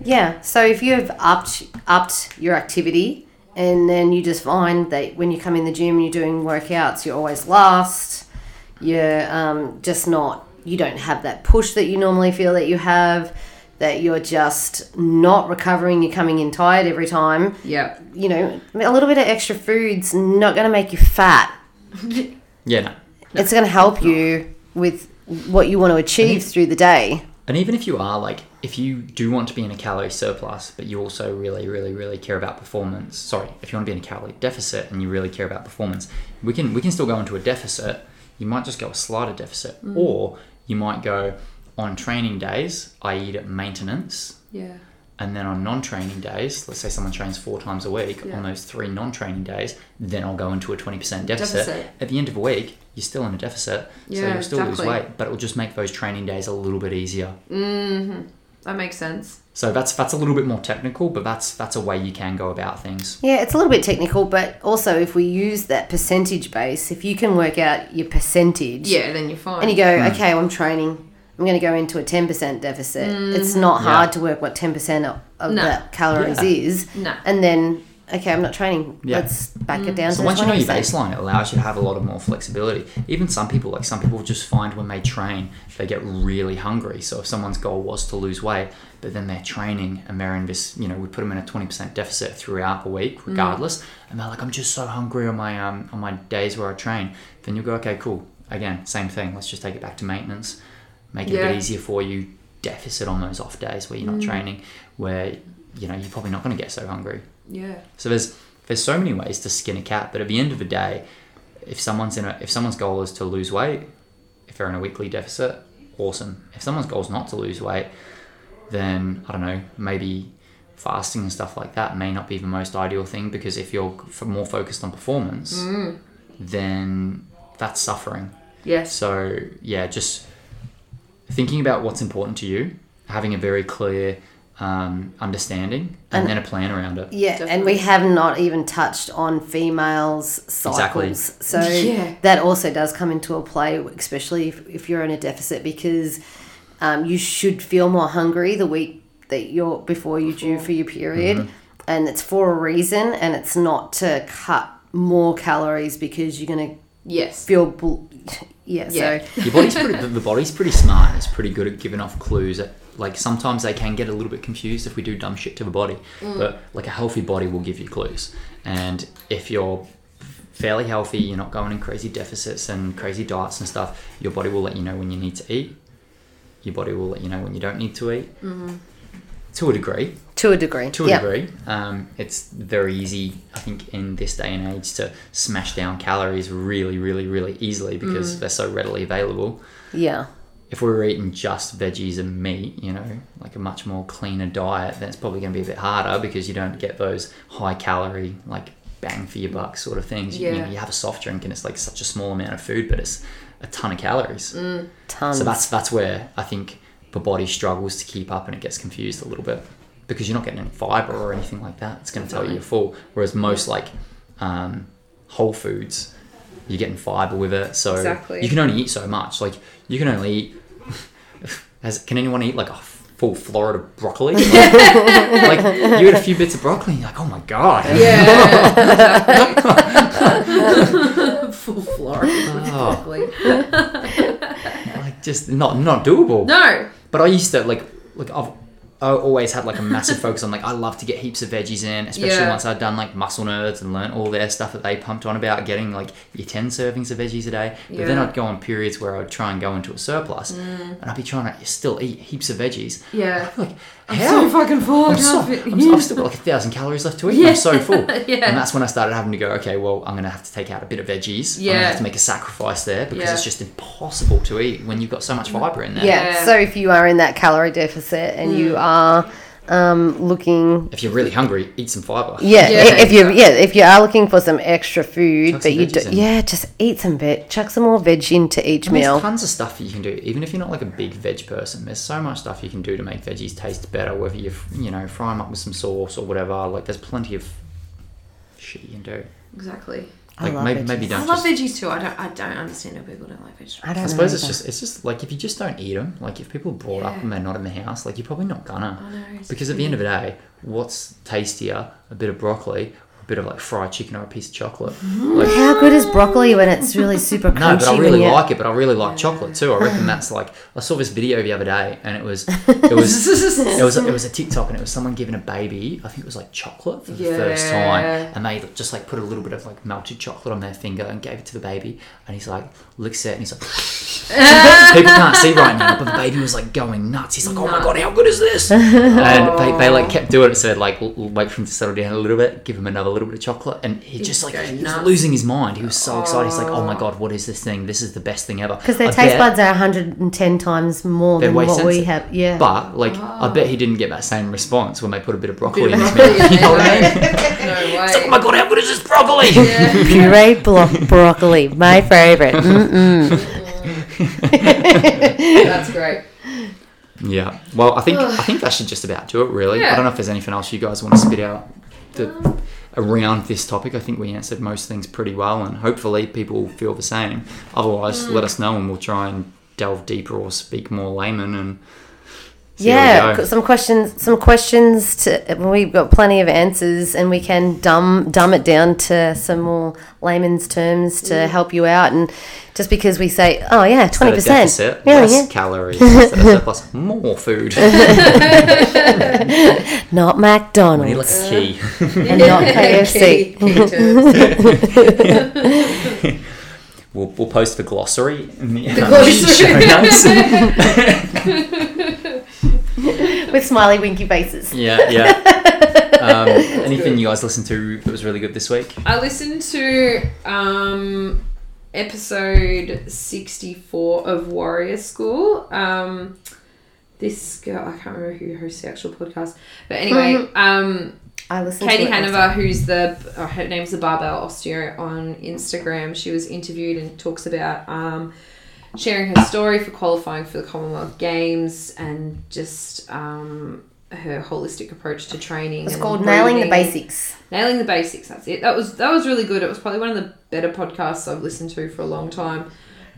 B: Yeah. So if you've upped upped your activity and then you just find that when you come in the gym and you're doing workouts, you're always last. You're um, just not. You don't have that push that you normally feel that you have. That you're just not recovering. You're coming in tired every time.
A: Yeah.
B: You know, a little bit of extra food's not going to make you fat.
C: yeah, no.
B: It's going to help you with what you want to achieve through the day.
C: And even if you are like, if you do want to be in a calorie surplus, but you also really, really, really care about performance. Sorry, if you want to be in a calorie deficit and you really care about performance, we can we can still go into a deficit. You might just go a slighter deficit,
A: Mm.
C: or you might go on training days. I eat at maintenance,
A: Yeah.
C: and then on non-training days, let's say someone trains four times a week.
A: Yeah.
C: On those three non-training days, then I'll go into a twenty percent deficit.
A: Deficit.
C: At the end of a week, you're still in a deficit, so
A: Yeah,
C: you'll still
A: exactly.
C: lose weight, but it'll just make those training days a little bit easier.
A: That makes sense.
C: So that's that's a little bit more technical, but that's that's a way you can go about things.
B: Yeah, it's a little bit technical, but also if we use that percentage base, if you can work out your percentage,
A: Yeah, then you're fine.
B: and you go,
C: Hmm.
B: okay, well, I'm training, I'm going to go into a 10% deficit. It's not
C: Yeah.
B: hard to work what 10% of, of
A: Hmm. No.
B: that calories
C: Yeah.
B: is,
A: No. Hmm.
B: and then okay, I'm not training.
C: Yeah.
B: Let's back it down
C: So
B: to
C: once you know your
B: 20%.
C: baseline, it allows you to have a lot of more flexibility. Even some people, like some people, just find when they train, they get really hungry. So if someone's goal was to lose weight, but then they're training and they're in this, you know, we put them in a twenty percent deficit throughout the week, regardless, and they're like, I'm just so hungry on my um on my days where I train. Then you go, okay, cool. Again, same thing. Let's just take it back to maintenance, make it a
A: Yeah.
C: bit easier for you. Deficit on those off days where you're not training, where you know you're probably not going to get so hungry.
A: Yeah.
C: So there's there's so many ways to skin a cat, but at the end of the day, if someone's in a if someone's goal is to lose weight, if they're in a weekly deficit, awesome. If someone's goal is not to lose weight, then I don't know, maybe fasting and stuff like that may not be the most ideal thing because if you're f- more focused on performance,
A: Mm.
C: then that's suffering.
A: Yes.
C: So yeah, just thinking about what's important to you, having a very clear um, understanding, and,
B: And-
C: then a plan around it.
B: Yeah, and
A: Definitely.
B: we have not even touched on females'
C: Exactly.
B: cycles. So
A: Yeah.
B: that also does come into a play, especially if, if you're in a deficit, because um, you should feel more hungry the week that you're before you due for your period, and it's for a reason, and it's not to cut more calories because you're gonna
A: Yes.
B: feel, bl- yeah,
A: Yeah.
B: So
C: Your body's pretty, the body's pretty smart. It's pretty good at giving off clues. At, like sometimes they can get a little bit confused if we do dumb shit to the body, but like a healthy body will give you clues. And if you're fairly healthy, you're not going in crazy deficits and crazy diets and stuff. Your body will let you know when you need to eat. Your body will let you know when you don't need to eat. To a degree,
B: to a degree,
C: to a
B: yeah,
C: degree. Um, it's very easy, I think, in this day and age to smash down calories really, really, really easily because they're so readily available.
B: yeah.
C: If we were eating just veggies and meat, you know, like a much more cleaner diet, then it's probably going to be a bit harder because you don't get those high calorie, like bang for your buck sort of things. You, you,
A: Yeah.
C: know, you have a soft drink and it's like such a small amount of food, but it's a ton of calories.
B: Tons.
A: Um,
C: So that's that's where I think the body struggles to keep up and it gets confused a little bit because you're not getting any fiber or anything like that. It's going to tell you you're full. Whereas most like um, whole foods, you're getting fiber with it, so
A: Exactly.
C: you can only eat so much. Like you can only eat. Has, can anyone eat like a full Florida broccoli? Like, like, you eat a few bits of broccoli, and you're like, oh my god,
A: Yeah.
D: Full Florida.
C: Oh,
D: Like,
C: like just not not doable.
A: no.
C: But I used to like like I've I always had like a massive focus on like I love to get heaps of veggies in, especially
A: Yeah.
C: once I'd done like muscle nerds and learnt all their stuff that they pumped on about getting like your ten servings of veggies a day. But then
A: Yeah. Mm.
C: I'd go on periods where I'd try and go into a surplus, and I'd be trying to still eat heaps of veggies.
A: Yeah.
C: Like
A: I'm
C: how?
A: so fucking full. I
C: I'm, so,
A: can't fit-
C: I'm, so- I've still got like a thousand calories left to eat. and I'm so full.
A: Yeah.
C: And that's when I started having to go, okay, well, I'm going to have to take out a bit of veggies. I'm going
A: Yeah.
C: to have to make a sacrifice there because
A: Yeah. Mm.
C: it's just impossible to eat when you've got so much fiber in there.
B: yeah.
A: Yeah.
B: So if you are in that calorie deficit and you are um, looking
C: If you're really hungry, eat some fiber.
B: Yeah,
A: Yeah,
B: i- if you yeah if you are looking for some extra food, but
C: Chuck some
B: you do,
C: veggies in.
B: yeah, just eat some bit, chuck some more veg into each
C: And There's
B: meal.
C: tons of stuff that you can do, even if you're not like a big veg person. There's so much stuff you can do to make veggies taste better, whether you f- you know fry them up with some sauce or whatever. Like there's plenty of shit you can do.
A: Exactly.
B: I
C: Like
B: love
C: maybe,
B: veggies.
C: maybe
A: I
C: don't.
A: love
C: Just,
A: veggies too. I don't. I don't understand how people don't like vegetables.
B: I don't.
C: I suppose
B: know
C: it's
B: either.
C: just it's just like if you just don't eat them, like if people brought up
A: Yeah.
C: and they're not in the house, like you're probably not
A: I
C: gonna.
A: know. it's
C: Because at the end of the day, what's tastier? A bit of broccoli, a bit of like fried chicken or a piece of chocolate. Like,
B: how good is broccoli when it's really super crunchy?
C: No, but I
B: when
C: really
B: you-
C: like it. But I really like chocolate too. I reckon that's like I saw this video the other day, and it was it was it was it was a TikTok, and it was someone giving a baby. I think it was like chocolate for the first time,
A: Yeah.
C: and they just like put a little bit of like melted chocolate on their finger and gave it to the baby, and he's like licks it, and he's like. People can't see right now, but the baby was like going nuts. He's like, "Oh my
A: Nuts.
C: god, how good is this?" And they, they like kept doing it. So like, l- l- wait for him to settle down a little bit, give him another little bit of chocolate, and he just like
A: going
C: he was
A: nuts.
C: losing his mind. He was so excited. He's like, "Oh my god, what is this thing? This is the best thing ever."
B: because their
C: I
B: taste
C: bet-
B: buds are 110 times more
C: They're
B: than
C: way
B: what we
C: sensitive.
B: have. Yeah,
C: But like, I bet he didn't get that same response when they put a bit of broccoli
A: Bit
C: in
A: of
C: his
A: broccoli,
C: mouth. You know what I mean?
A: good. No way.
C: It's like, "Oh my god, how good is this broccoli?"
B: puree blo- broccoli, my favorite. Mm-mm.
A: That's great.
C: Yeah. Well, I think I think that should just about do it. Really. I
A: Yeah.
C: don't know if there's anything else you guys want to spit out to, around this topic. I think we answered most things pretty well, and hopefully people feel the same. Otherwise, let us know, and we'll try and delve deeper or speak more layman and See how we
B: yeah,
C: go.
B: c- some questions. Some questions to. We've got plenty of answers, and we can dumb dumb it down to some more layman's terms to help you out. And just because we say, "Oh yeah, twenty
C: Instead of
B: percent,"
C: deficit,
B: yeah,
C: less
B: yeah,
C: calories, instead of surplus, more food.
B: not
C: Money
B: McDonald's
C: looks key.
B: and not
D: Key-
B: KFC.
D: key terms.
C: We'll, we'll post the glossary in the,
D: glossary.
C: show notes.
B: with smiley winky faces.
C: yeah, yeah. Um, anything you guys listened to that was really good this week?
A: I listened to um, episode 64 of Warrior School. Um, this girl, I can't remember who hosts the actual podcast, but anyway, um,
B: I listened
A: Katie
B: to it myself.
A: Hanover, who's the uh, her name's the barbell osteo on Instagram. She was interviewed and talks about um, sharing her story for qualifying for the Commonwealth Games and just um, her holistic approach to training.
B: It's
A: and
B: called Nailing the
A: breathing.
B: Basics.
A: Nailing the basics. That's it. That was that was really good. It was probably one of the better podcasts I've listened to for a long time.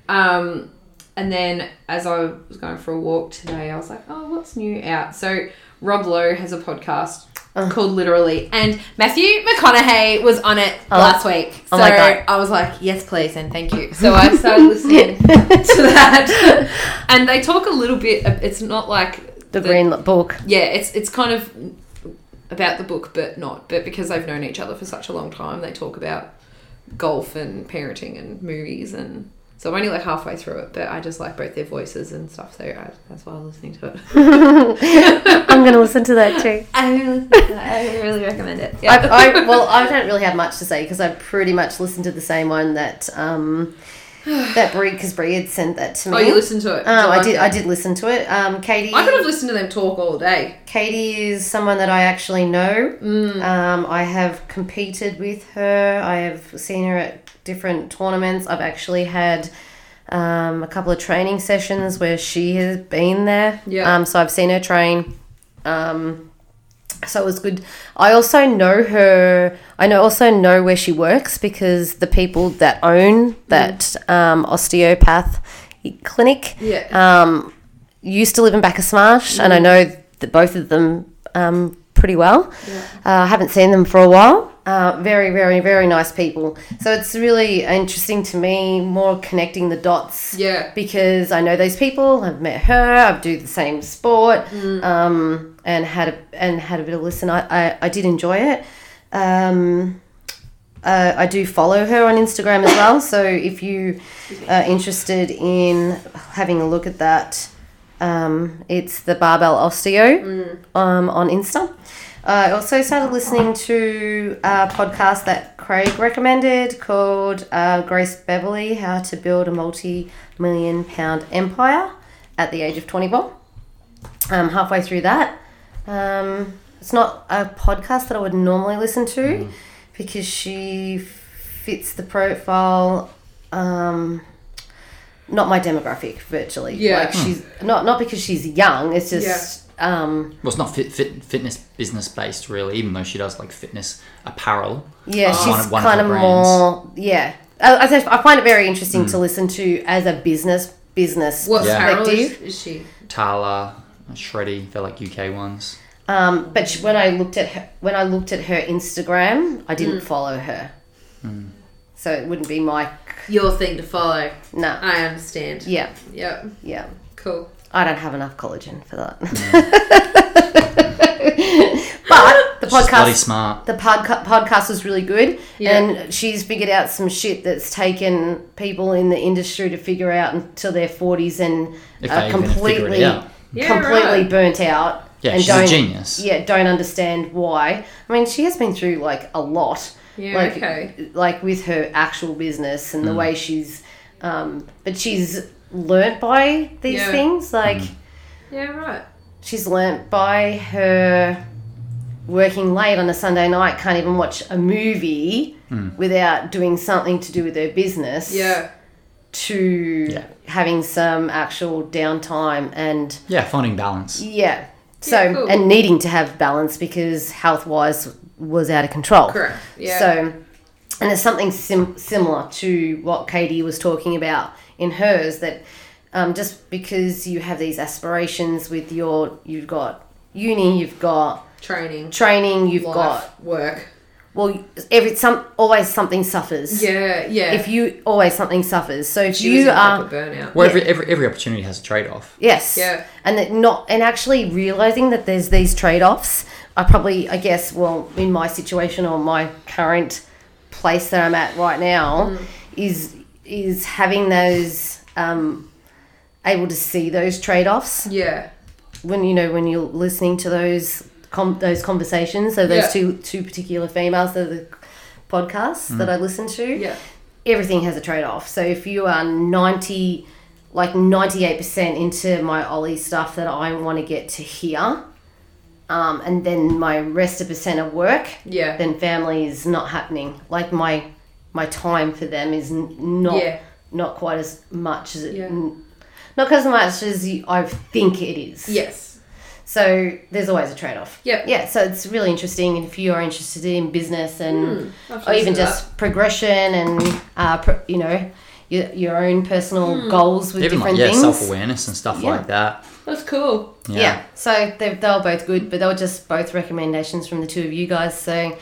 A: Um, and then as I was going for a walk today, I was like, oh, what's new out? So Rob Lowe has a podcast.
B: Oh.
A: Called literally, and Matthew McConaughey was on it last week. So
B: Oh my God.
A: I was like, "Yes, please, and thank you." So I started listening to that, and they talk a little bit. of- It's not like
B: The Green Book.
A: yeah, it's it's kind of about the book, but not. But because they've known each other for such a long time, they talk about golf and parenting and movies and. So I'm only like halfway through it, but I just like both their voices and stuff. So I, that's why I'm listening to it.
B: I'm going to listen to that too.
A: I really, I really recommend it. Yeah.
B: I, I well, I don't really have much to say because I pretty much listened to the same one that um that Bree because Bree had sent that to me.
A: oh, you listened to it?
B: Um, I did.
A: Okay.
B: I did listen to it. Um, Katie.
A: I could have listened to them talk all day.
B: Katie is someone that I actually know.
A: Mm.
B: Um, I have competed with her. I have seen her at different tournaments. I've actually had um, a couple of training sessions where she has been there.
A: Yeah.
B: Um, so I've seen her train. Um, so it was good. I also know her. I know also know where she works because the people that own that
A: Mm.
B: um, osteopath clinic
A: Yeah.
B: um, used to live in Bacchus and I know that both of them um, pretty well. Uh, I haven't seen them for a while. Uh, very, very, very nice people. So it's really interesting to me, more connecting the dots.
A: Yeah.
B: Because I know those people. I've met her. I've do the same sport. Um, and had a and had a bit of listen. I I, I did enjoy it. Um, uh, I do follow her on Instagram as well. So if you are interested in having a look at that, um, it's the Barbell Osteo um, on Insta. I also started listening to a podcast that Craig recommended called uh, Grace Beverly How to Build a Multi Million Pound Empire at the Age of 21 um, halfway through that. Um, it's not a podcast that I would normally listen to because she fits the profile. Um, not my demographic, virtually.
A: Yeah.
B: Like she's not not because she's young. It's just um,
C: Well, it's not fit, fit, fitness business based, really, even though she does like fitness apparel.
B: yeah,
C: Oh.
B: she's
C: One of- one of
B: kind
C: her
B: of
C: brands. Hmm.
B: more yeah. Uh, I, I said- I find it very interesting to listen to as a business business
A: What's
C: Yeah.
A: Carol? Is,
B: perspective.
A: is she?
C: Tala, Shreddy, they're like UK ones.
B: Um, but she, when I looked at her, when I looked at her Instagram, I didn't follow her,
C: Hmm.
B: so it wouldn't be my
A: Your thing to follow.
B: no.
A: I understand.
B: yeah,
A: Yep.
B: yeah.
A: Cool.
B: I don't have enough collagen for that. but the
C: Hmm. She's bloody
B: podcast,
C: smart.
B: the podca- podcast was really good,
A: Yeah.
B: and she's figured out some shit that's taken people in the industry to figure out until their forties and
C: If
B: are
C: they even figure
B: completely,
C: it out.
A: Yeah,
B: completely
A: right.
B: burnt out.
C: Yeah,
B: and
C: she's a
B: don't-
C: genius.
B: yeah don't understand why i mean she has been through like a lot
A: Yeah,
B: like
A: okay.
B: like with her actual business
C: Mm.
B: and the way she's um but she's learnt by these
A: Yeah.
B: things like
C: Mm.
A: Yeah, right.
B: she's learnt by her working late on a sunday night can't even watch a movie without doing something to do with her business
A: Yeah.
B: to
C: Yeah.
B: having some actual downtime and
C: Yeah, finding balance.
B: yeah. So
A: Yeah, cool.
B: and needing to have balance because health wise was out of control.
A: Correct. Yeah.
B: So and it's something sim- similar to what Katie was talking about in hers that um, just because you have these aspirations with your you've got uni, you've got
A: Training,
B: training, you've
A: life,
B: got
A: work.
B: well, every some always something suffers.
A: Yeah, yeah.
B: If you always something suffers, so if
A: she was
B: you
A: in proper
B: are
A: burnout.
C: Well, every, every every opportunity has a trade off.
B: Yes.
A: Yeah.
B: And that not and actually realizing that there's these trade-offs. I probably I guess well in my situation or my current place that I'm at right now
A: Mm.
B: is is having those um able to see those trade-offs
A: Yeah,
B: when you know when you're listening to those com- those conversations so those
A: Yeah.
B: two two particular females that are the podcasts that I listen to
A: Mm. yeah,
B: everything has a trade off. So if you are 90, like 98% into my Ollie stuff that I want to get to here, um, and then my rest of percent of work,
A: yeah,
B: then family is not happening. Like my my time for them is n- not
A: Yeah.
B: not quite as much as it,
A: Yeah.
B: n- not as much as you, I think it is.
A: yes,
B: So there's always a trade off.
A: Yep.
B: Yeah. So it's really interesting if you are interested in business and
A: I'll have to
B: or even
A: listen to
B: just progression and uh, pro- you know your, your own personal goals with
C: Even like
B: different
C: yeah,
B: things.
C: self awareness and stuff
B: Yeah.
C: like that.
A: that. that's cool.
B: yeah. so they they were both good, but they were just both recommendations from the two of you guys. So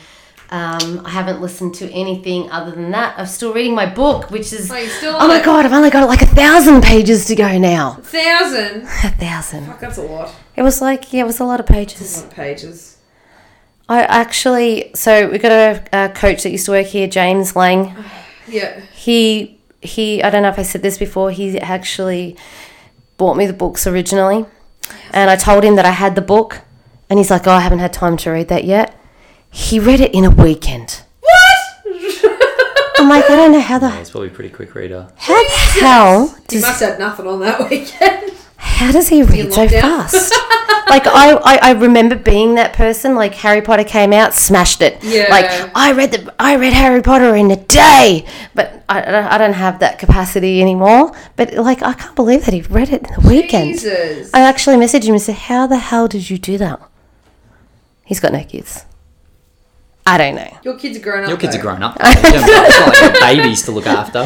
B: um, I haven't listened to anything other than that. I'm still reading my book, which is
A: Oh, you still
B: oh my
A: like-
B: god, I've only got like a thousand pages to go now.
A: Thousand.
B: A thousand.
A: Fuck, that's a lot.
B: It was like yeah, it was a lot of
A: A
B: pages.
A: lot of pages.
B: I actually so we got a, a coach that used to work here, James Lang.
A: Yeah,
B: he he i don't know if i said this before he actually bought me the books originally and i told him that i had the book and he's like oh i haven't had time to read that yet he read it in a weekend what i'm like i don't know how the
C: Yeah, it's probably a pretty quick reader.
B: how the hell
A: you
B: does
A: must have nothing on that weekend.
B: how does he read so
A: lockdown.
B: fast? like I, I, I remember being that person. Like Harry Potter came out, smashed it.
A: Yeah.
B: Like I read the I read Harry Potter in a day, but I, I don't- I don't have that capacity anymore. But like I can't believe that he read it in the weekend.
A: Jesus.
B: I actually messaged him and said, "How the hell did you do that?" He's got no kids. I don't know.
A: Your kids are grown up.
C: Your kids
A: though.
C: are grown up. it's not like they're babies to look after.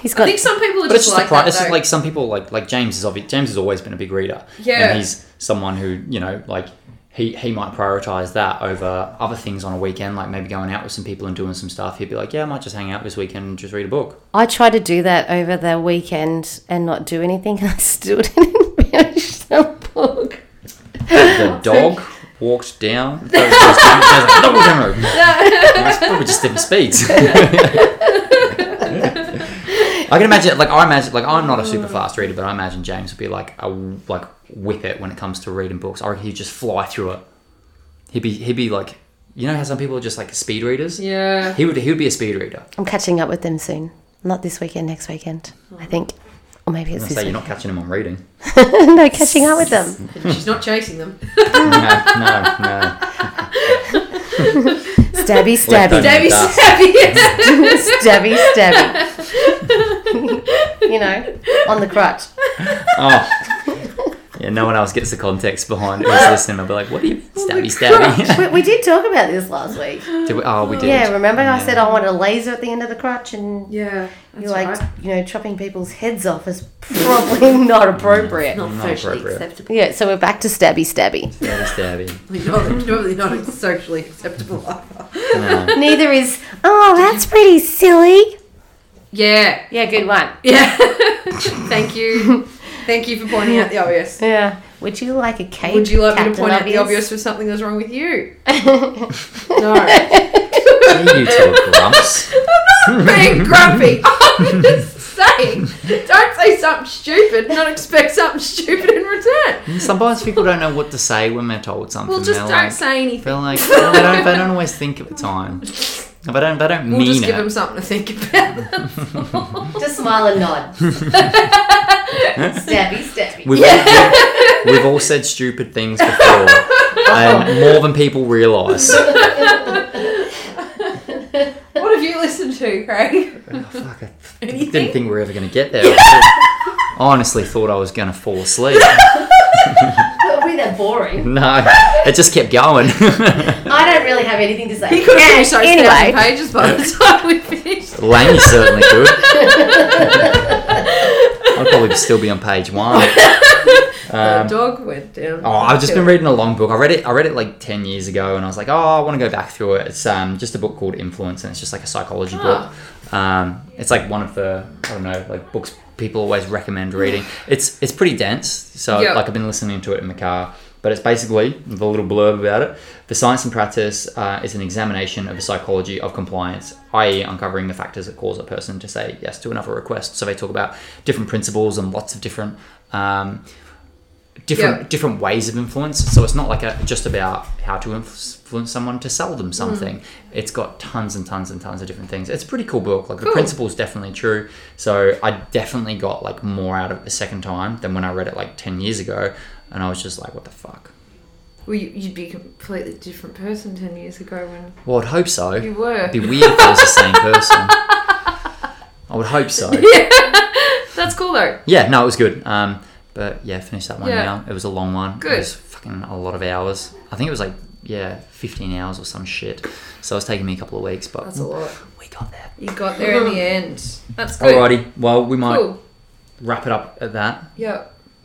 B: He's
A: I
B: got
A: think some people are
C: But it's
A: just,
C: just
A: like
C: a pri-
A: that.
C: it's just
A: though.
C: like some people like like James is obvious. James has always been a big reader.
A: Yeah.
C: and he's someone who you know like he he might prioritize that over other things on a weekend, like maybe going out with some people and doing some stuff. He'd be like, yeah, I might just hang out this weekend and just read a book.
B: I tried to do that over the weekend and not do anything, and I still didn't finish the book.
C: The dog walked down. the dog was down. probably just different speeds. I can imagine, like I imagine, like I'm not a super fast reader, but I imagine James would be like a like whip it when it comes to reading books. I reckon he'd just fly through it. He'd be he'd be like, you know how some people are just like speed readers.
A: yeah.
C: He would he would be a speed reader.
B: I'm catching up with them soon. Not this weekend, next weekend,
A: Oh.
B: I think. Or maybe it's
C: I
B: this
C: say you're
B: weekend.
C: not catching him on reading.
B: no, catching up with them.
A: She's not chasing them.
C: no, no, no.
B: Stabby,
C: Well
B: stabby.
C: done.
A: Debbie,
C: that.
A: Debbie.
B: stabby, stabby. you know, on the crutch.
C: Oh. Yeah, no one else gets the context behind who's listening. They'll be like, what do you mean,
A: Oh,
C: stabby, stabby?
B: We, we did talk about this last week.
C: Did we- oh, we did.
B: Yeah, remember I said I wanted a laser at the end of the crutch and
A: Yeah, that's
B: you like,
A: right.
B: you know, chopping people's heads off is probably not appropriate.
D: Not,
C: Not
D: socially
C: appropriate.
D: acceptable.
B: Yeah, so we're back to stabby, stabby.
C: Stabby, stabby.
A: Not, probably not socially acceptable either.
C: No.
B: Neither is, oh, that's pretty silly.
A: Yeah,
B: Yeah, good one.
A: yeah. Thank you, thank you for pointing out the obvious.
B: Yeah. Would you like a cake?
A: Would you like me to
B: Captain
A: point out the obvious with something that's wrong with you? no,
C: you two are grumps.
A: I'm not being grumpy. I'm just saying, don't say something stupid and not expect something stupid in return.
C: Sometimes people don't know what to say when they're told something.
A: Well, just
C: they're
A: don't
C: like,
A: say anything.
C: They're like, well, they, don't, they don't always think at the time. They don't, they don't
A: We'll
C: mean
A: just
C: it.
A: give them something to think about.
B: Just smile and nod. stabby, stabby.
C: We've, all, we've, we've all said stupid things before, and more than people Oh, realise.
A: what have you listened to, Craig?
C: Fuck, I
A: Anything?
C: didn't think we were ever going to get there. I honestly thought I was going to fall asleep.
B: Probably that boring.
C: No, it just kept going.
B: I don't really have anything to say.
A: He could have
B: Yeah,
A: finished those thousand
B: anyway.
A: pages by
C: Um,
A: the time we finished.
C: Laney certainly could. I'd probably be still be on page one.
A: the dog went down.
C: Oh, I've just been reading a long book. I read it. I read it like ten years ago, and I was like, oh, I want to go back through it. It's um, just a book called Influence, and it's just like a psychology book. Um, it's like one of the I don't know like books people always recommend reading. It's it's pretty dense, so
A: Yep.
C: like I've been listening to it in the car. But it's basically the little blurb about it. The science and practice uh, is an examination of the psychology of compliance, i.e., uncovering the factors that cause a person to say yes to another request. So they talk about different principles and lots of different um, different
A: Yeah.
C: different ways of influence. So it's not like a, just about how to influence someone to sell them
A: Mm.
C: something. It's got tons and tons and tons of different things. It's a pretty cool book. Like the
A: Cool.
C: principle's definitely true. So I definitely got like more out of it the second time than when I read it like ten years ago, and I was just like, what the fuck.
A: Well, you, you'd be a completely different person ten years ago when
C: Well, I'd hope so.
A: you
C: It'd
A: were.
C: be weird if I was the same person. I would hope so.
A: That's cool though.
C: Yeah, no, it was good. Um, but yeah, finish that one
A: Yeah.
C: now. It was a long one.
A: Good.
C: It was fucking a lot of hours. I think it was like yeah, fifteen hours or some shit. So it was taking me a couple of weeks, but
A: That's a lot.
C: we got there.
A: You got there in the end. That's good.
C: Alrighty. Well, we might
A: Cool.
C: wrap it up at that.
A: Yeah.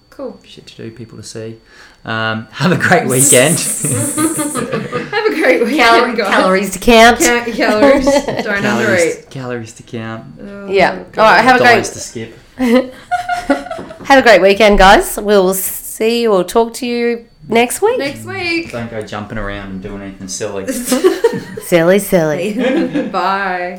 A: Cool.
C: Shit to do, people to see. Um, have a great weekend.
A: Have a great weekend,
B: Calorie,
A: guys.
B: calories to count.
A: Ca- calories. Don't
C: calories, calories to count.
A: undereat. Oh,
B: Yeah.
A: God.
B: All right. Have a
C: Diets
B: great
C: to skip.
B: have a great weekend, guys. We'll see you or talk to you next week.
A: Next week.
C: Don't go jumping around and doing anything silly.
B: Silly, silly.
A: Bye.